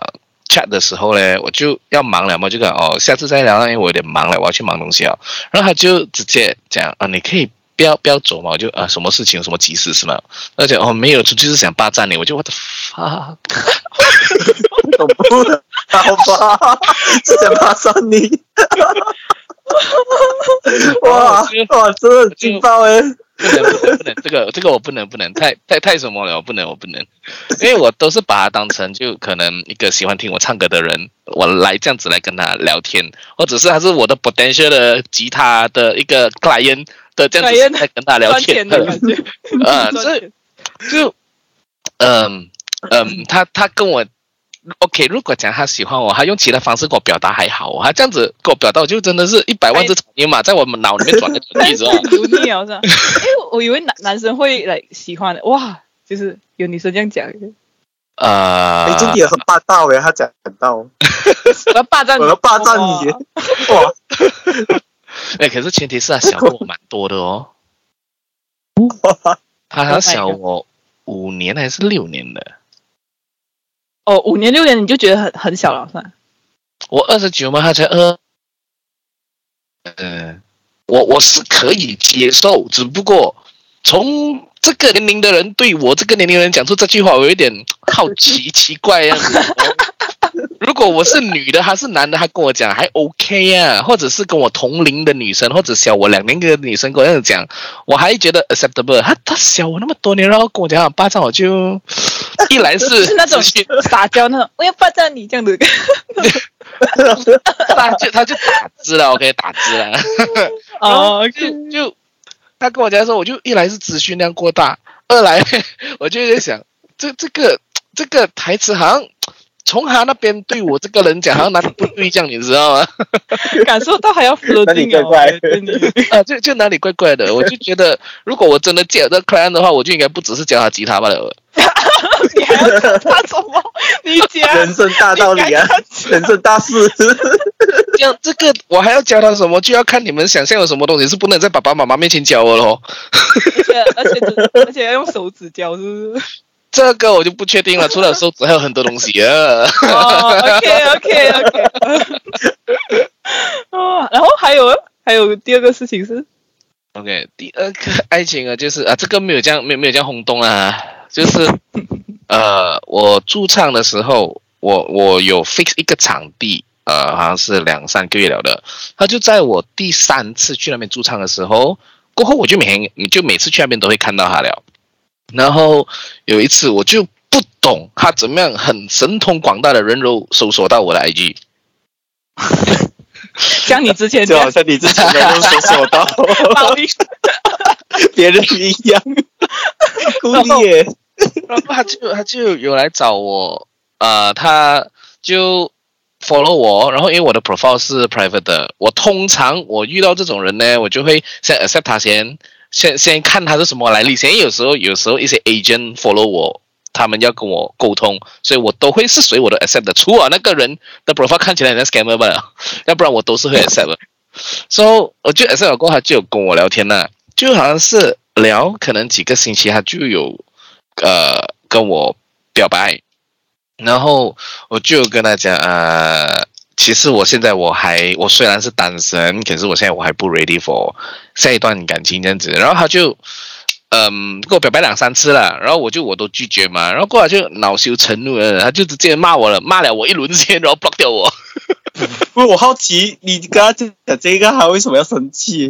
Speaker 4: chat 的时候呢，我就要忙了嘛，就讲哦下次再聊啦，因为我有点忙了，我要去忙东西了。然后他就直接讲啊，你可以不要不要走嘛，我就啊什么事情有什么急事是吗？他就讲哦没有，就就是想霸占你，我就 what the fuck。
Speaker 5: 懂不懂？好吧，之前巴萨尼，哇哇，真的很劲爆哎、
Speaker 4: 不能不能不能，这个这个我不能不能，太太太什么了，我不能我不能，因为我都是把他当成就可能一个喜欢听我唱歌的人，我来这样子来跟他聊天，或者是他是我的 potential 的吉他的一个 client 的这样子
Speaker 3: client
Speaker 4: 来跟他聊
Speaker 3: 赚钱
Speaker 4: 天
Speaker 2: [laughs]
Speaker 3: 的感觉，
Speaker 4: 啊，
Speaker 3: [laughs] 赚
Speaker 4: 这
Speaker 3: 钱
Speaker 4: 就嗯嗯，他他跟我 OK，如果讲他喜欢我，他用其他方式跟我表达还好哦，他这样子跟我表达，我就真的是一百
Speaker 3: 哎
Speaker 4: 万只草泥马在我们脑里面转来
Speaker 3: [laughs]
Speaker 4: 转去，是吧？
Speaker 3: 油腻啊，是吧？哎，我以为男男生会来喜欢的，哇，就是有女生这样讲，
Speaker 4: 呃，
Speaker 5: 你今天哎很霸道哎、他讲到我
Speaker 3: 我要霸占你，
Speaker 5: 要霸占
Speaker 3: 哇
Speaker 5: 你，哇，
Speaker 4: 哎、可是前提是他小我蛮多的哦，他他小我五年还是六年的，
Speaker 3: 哦，五年六年你就觉得很很小了，是吧？
Speaker 4: 我二十九嘛，他才二，呃，我我是可以接受，只不过从这个年龄的人对我这个年龄的人讲出这句话，我有一点好奇奇怪
Speaker 3: [laughs]
Speaker 4: 的样子。我如果我是女的，他是男的，他跟我讲还 OK 啊，或者是跟我同龄的女生，或者小我两年的女生跟我这样讲，我还觉得 acceptable 他。他小我那么多年，然后跟我讲巴掌，我
Speaker 3: [laughs]
Speaker 4: 就一来是
Speaker 3: 就是那种
Speaker 4: 直接
Speaker 3: 撒娇那种，我要霸占你这样子。
Speaker 4: 他就他就打字了，OK 打字了。
Speaker 3: 哦，OK，
Speaker 4: 就 [laughs] 就他跟我讲的时候，我就一来是资讯量过大，二来 [laughs] 我就在想，这这个这个台词好像从他那边对我这个人讲，好像哪里不对劲，你知道 [laughs] 吗？
Speaker 3: 感受到还要 flirting 哦，
Speaker 5: 怪怪
Speaker 3: 对你
Speaker 4: 啊，就就哪里怪怪的，我就觉得，如果我真的借这 client 的话，我就应该不只是教他吉他罢了。
Speaker 3: 你还要他什么？你啊讲
Speaker 5: 人生大道理啊，人生大事，
Speaker 4: 这样这个我还要教他什么，就要看你们想象有什么东西是不能在爸爸妈妈面前教我喽。
Speaker 3: 而且而且只而且要用手指教，是 [laughs] 不是？
Speaker 4: 这个我就不确定了，除了手指还有很多东西啊。 [laughs]
Speaker 3: 哦，OK OK OK，哦，然后还有还有第二个事情是，
Speaker 4: OK，第二个爱情啊，就是啊，这个没有这样，没有没有这样轰动啊，就是呃，我驻唱的时候，我我有 fix 一个场地，呃，好像是两三个月了的，他就在我第三次去那边驻唱的时候，过后我就每天就每次去那边都会看到他了，然后有一次我就不懂他怎么样很神通广大的人肉搜索到我的 IG，
Speaker 3: 像你之前
Speaker 2: 就
Speaker 3: 这样
Speaker 2: 好像你自己没有所说到
Speaker 3: 暴力，
Speaker 2: 别人一样，孤立耶。
Speaker 4: 然后他就他就有来找我，呃，他就 follow 我，然后因为我的 profile 是 private 的，我通常我遇到这种人呢，我就会先 accept 他先，先先看他是什么来历先，因为有时候有时候一些 agent follow 我。他们要跟我沟通，所以我都会是随我的 accept 的，除了那个人的 profile 看起来很像 scammer 吧，要不然我都是会 accept 的。so 我就 accept 了过后，他就有跟我聊天啦，就好像是聊，可能几个星期他就有呃跟我表白，然后我就跟他讲，呃，其实我现在我还我虽然是单身，可是我现在我还不 ready for 下一段感情这样子。然后他就嗯跟我表白两三次了，然后我就我都拒绝嘛，然后过来就恼羞成怒了，他就直接骂我了，骂了我一轮先，然后 block 掉我。
Speaker 5: [laughs] 不是我好奇，你跟他讲这个，他为什么要生气？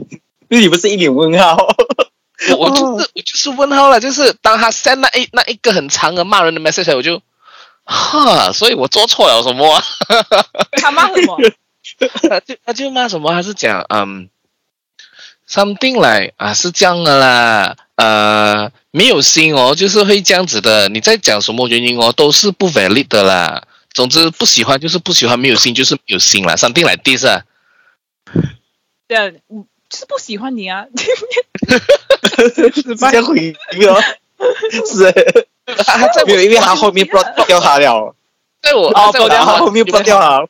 Speaker 5: 因为你不是一脸问号。
Speaker 4: 我我就是我就是问号了，就是当他 send 那一那一个很长的骂人的 message，我就哈，所以我做错了什么、啊？
Speaker 3: [laughs] 他骂什
Speaker 5: [laughs]
Speaker 3: 么？
Speaker 4: 他就他就骂什么？他是讲嗯，something like 啊是这样的啦，呃，没有心哦，就是会这样子的。你在讲什么原因哦，都是不 valid 的啦。总之不喜欢就是不喜欢，没有心就是没有心啦。something like this 啊，
Speaker 5: 哦
Speaker 3: 对啊，嗯就是不喜欢你啊！ [laughs]
Speaker 5: 直接回应哦，是，
Speaker 4: 他他在
Speaker 5: 没
Speaker 4: 我
Speaker 5: 有，因为他后面 block 掉他了，
Speaker 4: 在我
Speaker 3: 哦
Speaker 4: 在我
Speaker 3: 爆掉
Speaker 5: 他后面 block 掉他了，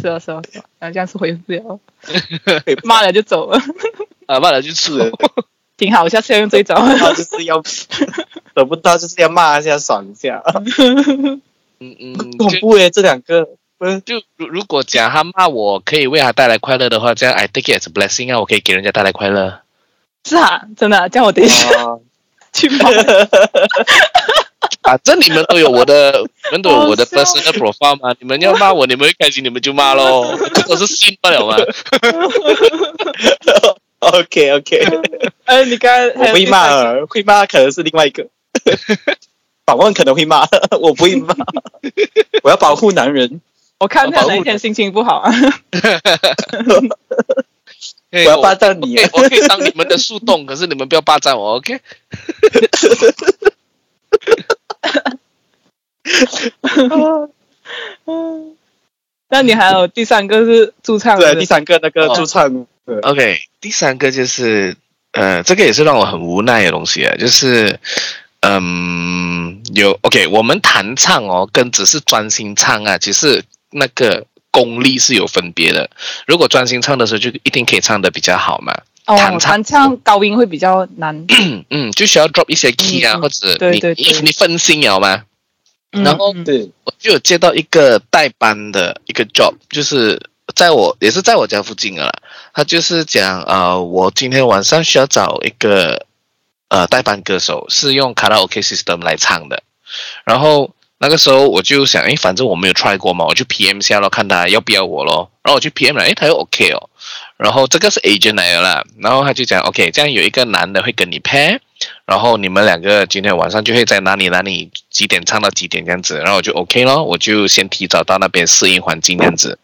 Speaker 3: 是啊是啊是啊，然后这样是回不
Speaker 5: [laughs]
Speaker 3: 了，骂了就走了， [laughs]
Speaker 4: 啊，骂了就是了。
Speaker 3: 挺好，下次要用这一招。 [laughs]
Speaker 5: 他就是要得不到就是要骂一下爽一下，
Speaker 4: 嗯嗯，
Speaker 5: 恐
Speaker 4: 就
Speaker 5: 怖诶，这两个，不是
Speaker 4: 就如如果讲他骂我可以为他带来快乐的话，这样 I take it as a blessing 啊，我可以给人家带来快乐。
Speaker 3: 是啊，真的啊，这样我等一下
Speaker 5: 哦
Speaker 3: [laughs] 去
Speaker 5: [laughs]
Speaker 3: 骂。
Speaker 4: 反正你们都有我 [laughs] 的，你们都有我的
Speaker 3: 好笑
Speaker 4: personal profile 嘛，你们要骂我，你们会开心，你们就骂咯， [laughs] 这都是信不了嘛。 [laughs]
Speaker 5: ，OK OK，
Speaker 3: 呃，你刚才还
Speaker 5: 我
Speaker 3: 有
Speaker 5: 会
Speaker 3: 第
Speaker 5: 骂
Speaker 3: 三
Speaker 5: 了，会骂可能是另外一个，访问可能会骂，我不会骂，我要保护男人，
Speaker 3: 我看他
Speaker 4: 保护
Speaker 3: 哪一天心情不好啊？
Speaker 4: 我
Speaker 5: 我要霸占你，
Speaker 4: 我可以当你们的树洞，可是你们不要霸占我，OK？
Speaker 3: 嗯，那你还有第三个是驻唱
Speaker 5: 对，
Speaker 3: 的，
Speaker 5: 第三个那个
Speaker 4: 哦
Speaker 5: 驻唱，对
Speaker 4: OK，第三个就是，呃，这个也是让我很无奈的东西啊，就是，嗯，有 OK，我们弹唱哦，跟只是专心唱啊，其实那个功力是有分别的。如果专心唱的时候，就一定可以唱的比较好嘛。
Speaker 3: 哦
Speaker 4: 弹，唱
Speaker 3: 弹唱高音会比较难。
Speaker 4: 嗯嗯，就需要 drop 一些 key 啊，
Speaker 3: 嗯嗯
Speaker 4: 或者你
Speaker 3: 对对对
Speaker 4: 你你分心了吗？
Speaker 3: 嗯
Speaker 4: 然后
Speaker 3: 嗯
Speaker 5: 对，
Speaker 4: 我就有接到一个代班的一个 job，就是在我也是在我家附近的啦。他就是讲呃，我今天晚上需要找一个呃代班歌手，是用卡拉 OK system 来唱的。然后那个时候我就想，诶，反正我没有 try 过嘛，我去 PM 下咯，看他要不要我咯。然后我去 PM 了，诶，他又 OK 哦。然后这个是 agent 来的啦，然后他就讲 OK，这样有一个男的会跟你 pair，然后你们两个今天晚上就会在哪里哪里几点唱到几点这样子，然后我就 OK 咯，我就先提早到那边适应环境这样子，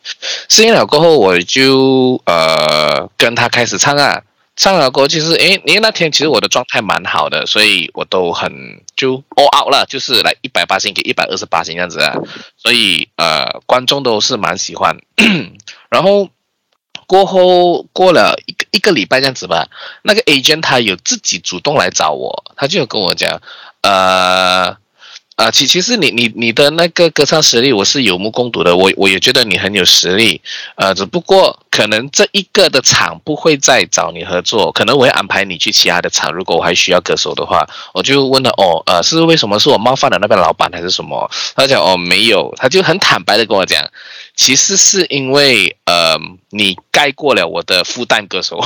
Speaker 4: 适应了过后我就呃跟他开始唱啊，唱了过后其实诶，因为那天其实我的状态蛮好的，所以我都很就 all out 了，就是来一百八星给一百二十八星这样子啊，所以呃观众都是蛮喜欢， [clears throat] 然后。过后过了一个一个礼拜这样子吧，那个 agent 他有自己主动来找我，他就有跟我讲，呃，啊，其其实你你你的那个歌唱实力我是有目共睹的，我我也觉得你很有实力，呃，只不过可能这一个的场不会再找你合作，可能我会安排你去其他的场，如果我还需要歌手的话，我就问了，哦，呃，是为什么是我冒犯了那边老板还是什么？他讲哦没有，他就很坦白的跟我讲，其实是因为呃你盖过了我的复旦歌手。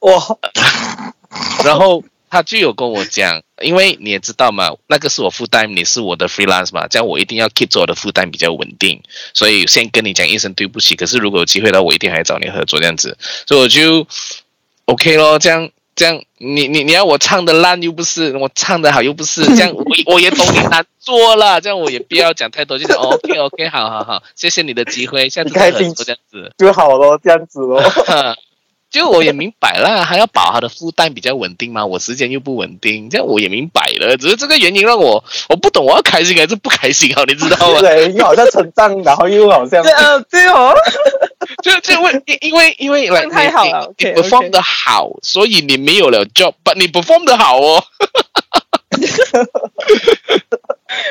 Speaker 5: 哇，
Speaker 4: [laughs] 然后他就有跟我讲，因为你也知道嘛，那个是我 full time，你是我的 freelance 嘛，这样我一定要 keep 住我的 full time 比较稳定，所以先跟你讲一声对不起。可是如果有机会的话，我一定还会找你合作这样子，所以我就 OK 咯，这样这样你你你要我唱的烂又不是，我唱的好又不是，这样我我也懂你难做了，这样我也不要讲太多，就讲、哦、OK OK，好好好，谢谢你的机会，下次再合
Speaker 5: 你开心
Speaker 4: 作这样子。
Speaker 5: 就好咯，这样子咯。
Speaker 4: [laughs] 就我也明白了，还要保他的负担比较稳定嘛，我时间又不稳定，这样我也明白了。只是这个原因让我我不懂我要开心还是不开心啊，你知道吗？
Speaker 5: [laughs] 对，又好像成长，然后又好像
Speaker 3: 对呃对哦，
Speaker 4: 就就为因因为因为来
Speaker 3: 状态好了
Speaker 4: 你你
Speaker 3: OK，OK
Speaker 4: perform 的好，所以你没有了 job，但你 perform 的好哦。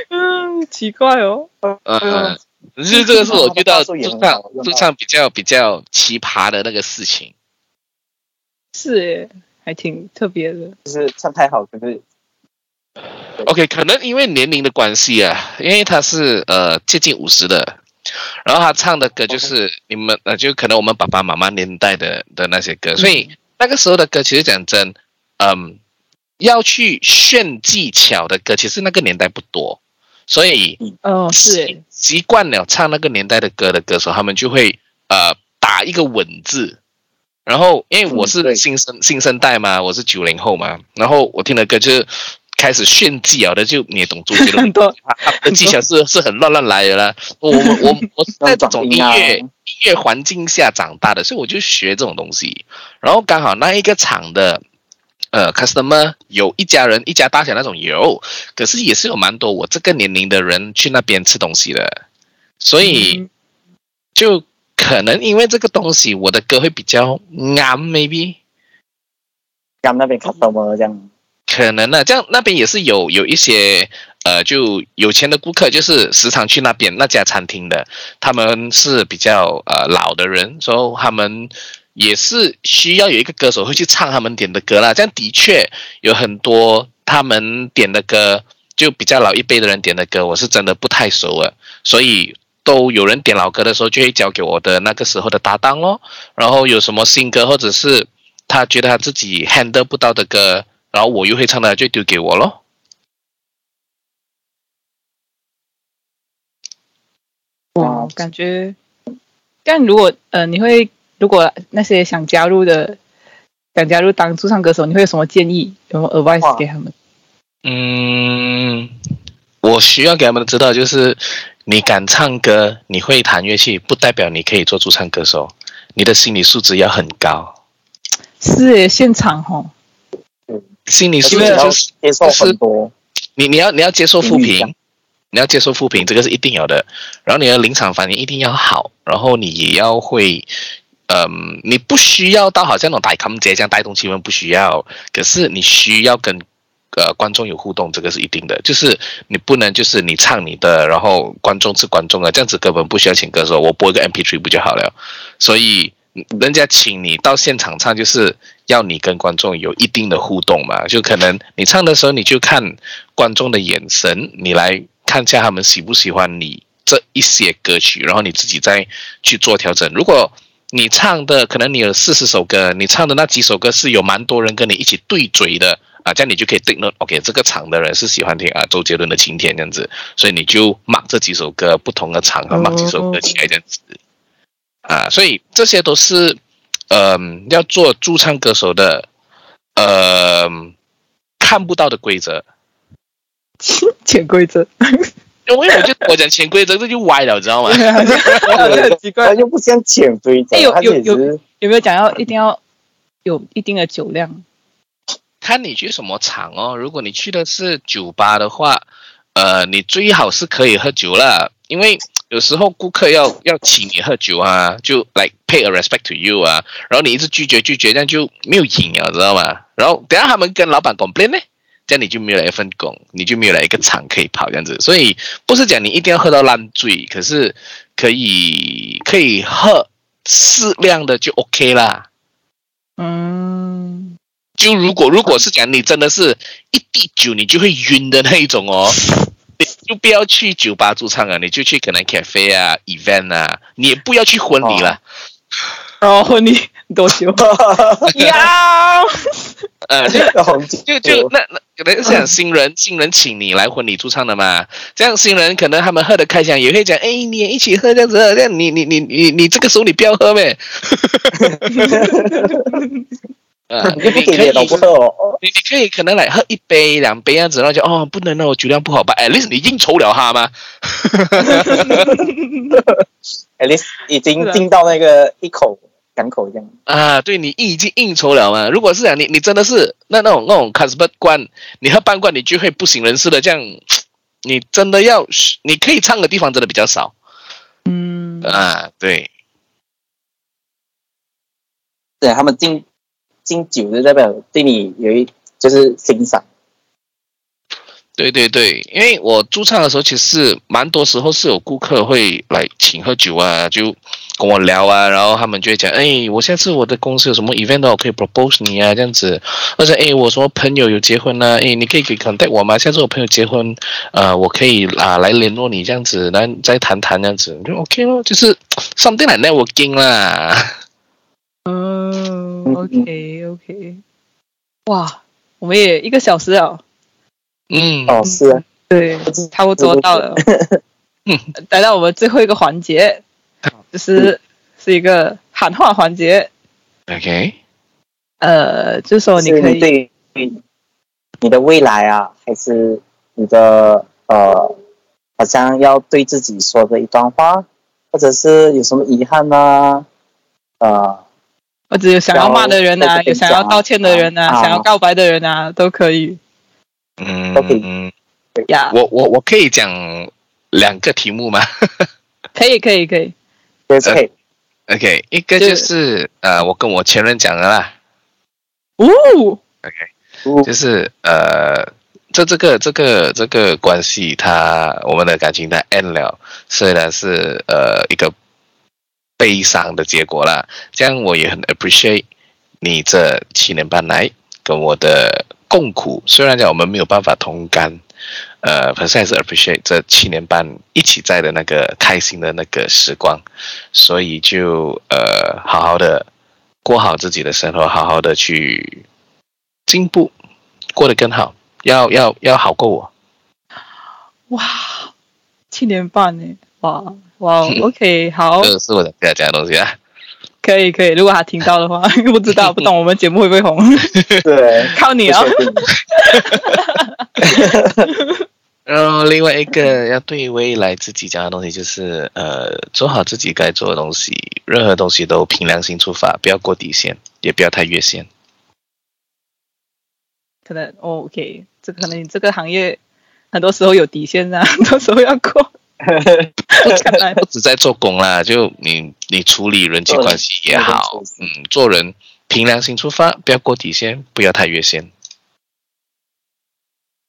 Speaker 3: 嗯，奇怪哦，
Speaker 4: 嗯，是这个是我遇到
Speaker 5: 到处也
Speaker 4: 驻
Speaker 5: 很
Speaker 4: 唱
Speaker 5: 好用到
Speaker 4: 驻唱比较比较奇葩的那个事情。
Speaker 3: 是诶，还挺特别的。
Speaker 5: 就是唱太好，可是
Speaker 4: OK，可能因为年龄的关系啊，因为他是呃接近五十的，然后他唱的歌就是你们呃就可能我们爸爸妈妈年代的的那些歌，所以那个时候的歌其实讲真，嗯，要去炫技巧的歌，其实那个年代不多，所以
Speaker 3: 哦，是
Speaker 4: 习
Speaker 3: 诶，
Speaker 4: 习惯了唱那个年代的歌的歌手，他们就会呃打一个稳字。然后因为我
Speaker 5: 嗯
Speaker 4: 是
Speaker 5: 对
Speaker 4: 新生、新生代嘛，我是九零后嘛，然后我听的歌就是开始炫技啊的，就你也懂周杰伦
Speaker 3: 很多
Speaker 4: 他 [laughs] 他的技巧是是很乱乱来的啦。我我 [laughs] 我我是在这种音乐音啊乐环境下长大的，所以我就学这种东西。然后刚好那一个厂的呃 customer 有一家人一家大小那种有，可是也是有蛮多我这个年龄的人去那边吃东西的，所以
Speaker 3: 嗯
Speaker 4: 就可能因为这个东西，我的歌会比较暗，maybe
Speaker 5: 刚那边 customer 这样，
Speaker 4: 可能呢、这样那边也是有有一些呃，就有钱的顾客，就是时常去那边那家餐厅的，他们是比较呃老的人，所以他们也是需要有一个歌手会去唱他们点的歌啦。这样的确有很多他们点的歌，就比较老一辈的人点的歌，我是真的不太熟了，所以。都有人点老歌的时候，就会交给我的那个时候的搭档咯。然后有什么新歌，或者是他觉得他自己 handle 不到的歌，然后我又会唱的，就丢给我咯。
Speaker 3: 哇
Speaker 5: 嗯，
Speaker 3: 感觉。但如果呃，你会如果那些想加入的，想加入当驻唱歌手，你会有什么建议？有没有 advice
Speaker 5: 哇
Speaker 3: 给他们？
Speaker 4: 嗯，我需要给他们知道，就是你敢唱歌，你会弹乐器，不代表你可以做驻唱歌手，你的心理素质要很高。
Speaker 3: 是诶，现场吼，
Speaker 4: 心理素
Speaker 5: 可
Speaker 4: 质
Speaker 5: 是你要
Speaker 4: 就是
Speaker 5: 接受很多，
Speaker 4: 你你要你要接受负
Speaker 5: 评
Speaker 4: 评
Speaker 5: 价，
Speaker 4: 你要接受负评，这个是一定有的。然后你的临场反应一定要好，然后你也要会，嗯，你不需要到好像那种打康节这样带动气氛，不需要。可是你需要跟呃观众有互动，这个是一定的。就是你不能就是你唱你的，然后观众是观众的，这样子根本不需要请歌手，我播一个 MP3 不就好了？所以人家请你到现场唱，就是要你跟观众有一定的互动嘛。就可能你唱的时候，你就看观众的眼神，你来看一下他们喜不喜欢你这一些歌曲，然后你自己再去做调整。如果你唱的可能你有四十首歌，你唱的那几首歌是有蛮多人跟你一起对嘴的啊，这样你就可以定论，OK，这个场的人是喜欢听啊周杰伦的《晴天》这样子，所以你就 mark 这几首歌，不同的场合 mark 几首歌起来这样子。啊，所以这些都是，嗯、要做驻唱歌手的，呃，看不到的规则。
Speaker 3: 潜规则，
Speaker 4: 因为我就我讲潜规则，这就歪了，知道吗？
Speaker 3: 哎很奇怪
Speaker 5: 他。又不像潜规则
Speaker 3: 哎，有
Speaker 5: 他
Speaker 3: 有
Speaker 5: 也 [laughs] 是
Speaker 3: 有没有讲要一定要有一定的酒量？
Speaker 4: 看你去什么场哦。如果你去的是酒吧的话，呃，你最好是可以喝酒啦，因为有时候顾客要要请你喝酒啊，就 like pay a respect to you 啊，然后你一直拒绝拒绝，这样就没有瘾啊了，知道吗？然后等一下他们跟老板 complain 呢，这样你就没有了一份工，你就没有了一个厂可以跑这样子。所以不是讲你一定要喝到烂醉，可是可以可以喝适量的就 OK 啦。
Speaker 3: 嗯，
Speaker 4: 就如果如果是讲你真的是一滴酒你就会晕的那一种哦，你就不要去酒吧驻唱啊，你就去可能 cafe 啊、event 啊，你也不要去婚礼啦。
Speaker 3: 哦，婚礼多久？哦
Speaker 4: [laughs] 嗯
Speaker 3: 要
Speaker 4: 呃，就
Speaker 5: [laughs] 红酒，
Speaker 4: 就就那那可能是
Speaker 2: [laughs]
Speaker 4: 讲新人新人请你来婚礼驻唱的嘛，这样新人可能他们喝的开箱也会讲，哎，你也一起喝这样子，这样
Speaker 2: [laughs]
Speaker 4: 你你你你你这个时候你不要喝呗。呃，
Speaker 2: 你不给
Speaker 4: 你可以
Speaker 2: 脸都不喝哦。
Speaker 4: 你你可以可能来喝一杯两杯这样子，然后就哦不能哦，我酒量不好吧？哎，至你应酬了他吗？
Speaker 2: at least 已经
Speaker 3: 是啊
Speaker 2: 进到那个一口两口这样。
Speaker 4: 啊，对你已经应酬了嘛。如果是讲你你真的是那那种那种 c u s t o m 罐，你喝半罐你就会不省人事的这样，你真的要你可以唱的地方真的比较少
Speaker 3: 嗯，
Speaker 4: 啊。对，
Speaker 2: 对，他们敬敬酒就代表对你有一就是欣赏。
Speaker 4: 对对对，因为我驻唱的时候，其实蛮多时候是有顾客会来请喝酒啊，就跟我聊啊，然后他们就会讲，哎，我下次我的公司有什么 event 的，我可以 propose 你啊，这样子，或者哎，我什么朋友有结婚啊，哎，你可以给 contact 我吗？下次我朋友结婚，呃，我可以啊来联络你这样子，来再谈谈这样子，就 OK 咯，就是 something like networking 啦。 [laughs]
Speaker 3: 嗯，OK OK，哇，我们也一个小时哦了，
Speaker 4: 嗯，
Speaker 2: 哦，是啊，
Speaker 3: 对，差不多到了，嗯来到我们最后一个环节，就是是一个喊话环节，
Speaker 4: ，OK，
Speaker 3: 呃，就说你
Speaker 2: 是
Speaker 3: 可
Speaker 2: 哦你
Speaker 3: 以，
Speaker 2: 对于你的未来啊，还是你的呃，好像要对自己说的一段话，或者是有什么遗憾呢、呃，
Speaker 3: 我只有想要骂的人啊，
Speaker 2: 要
Speaker 3: 有想要道歉的人啊，
Speaker 2: 啊
Speaker 3: 想要告白的人啊，都可以
Speaker 4: 嗯，
Speaker 3: 呀，
Speaker 4: 我我我可以讲两个题目吗？
Speaker 3: 可以可以可以，
Speaker 2: 对对，
Speaker 4: OK，一个
Speaker 3: 对
Speaker 4: 就是呃，我跟我前任讲的啦
Speaker 3: 哦，
Speaker 4: ，OK，
Speaker 2: 嗯
Speaker 4: 就是呃，这这个这个这个关系它，我们的感情它 end 了，虽然是呃一个悲伤的结果啦，这样我也很 appreciate 你这七年半来跟我的共苦，虽然讲我们没有办法同甘，呃，可是还是 appreciate 这七年半一起在的那个开心的那个时光，所以就呃好好的过好自己的生活，好好的去进步，过得更好，要要要好过我。
Speaker 3: 哇，七年半呢，哇哇
Speaker 2: 嗯
Speaker 3: ，OK，好。
Speaker 4: 这是我想跟大家讲的东西啊。
Speaker 3: 可以可以，如果他听到的话， [laughs] 不知道不懂我们节目会不会红，
Speaker 2: [laughs] 对，
Speaker 3: 靠你
Speaker 2: 不
Speaker 3: 啊！
Speaker 2: 确定，
Speaker 4: 然后另外一个要对未来自己讲的东西就是，呃，做好自己该做的东西，任何东西都凭良心出发，不要过底线，也不要太越线。
Speaker 3: 可能、哦、OK，这可能你这个行业很多时候有底线啊， [laughs] 很多时候
Speaker 2: [laughs]
Speaker 3: 要过。看来
Speaker 4: 不止在做工啦，就你你处理人际关系也好，嗯，做人凭良心出发，不要过底线，不要太越线。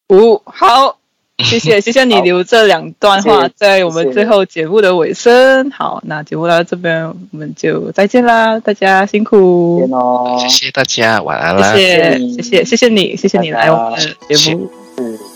Speaker 3: 五、哦好，谢谢谢谢你
Speaker 2: 好
Speaker 3: 留这两段话
Speaker 2: 谢谢
Speaker 3: 在我们
Speaker 2: 谢谢
Speaker 3: 最后节目的尾声。好，那节目到这边我们就再见啦，大家辛苦
Speaker 2: 天，哦
Speaker 4: 谢谢大家，晚安啦。
Speaker 2: 谢
Speaker 3: 谢谢
Speaker 2: 谢
Speaker 3: 谢谢谢谢你谢谢你
Speaker 2: 拜拜
Speaker 3: 来我们的节目。
Speaker 2: 是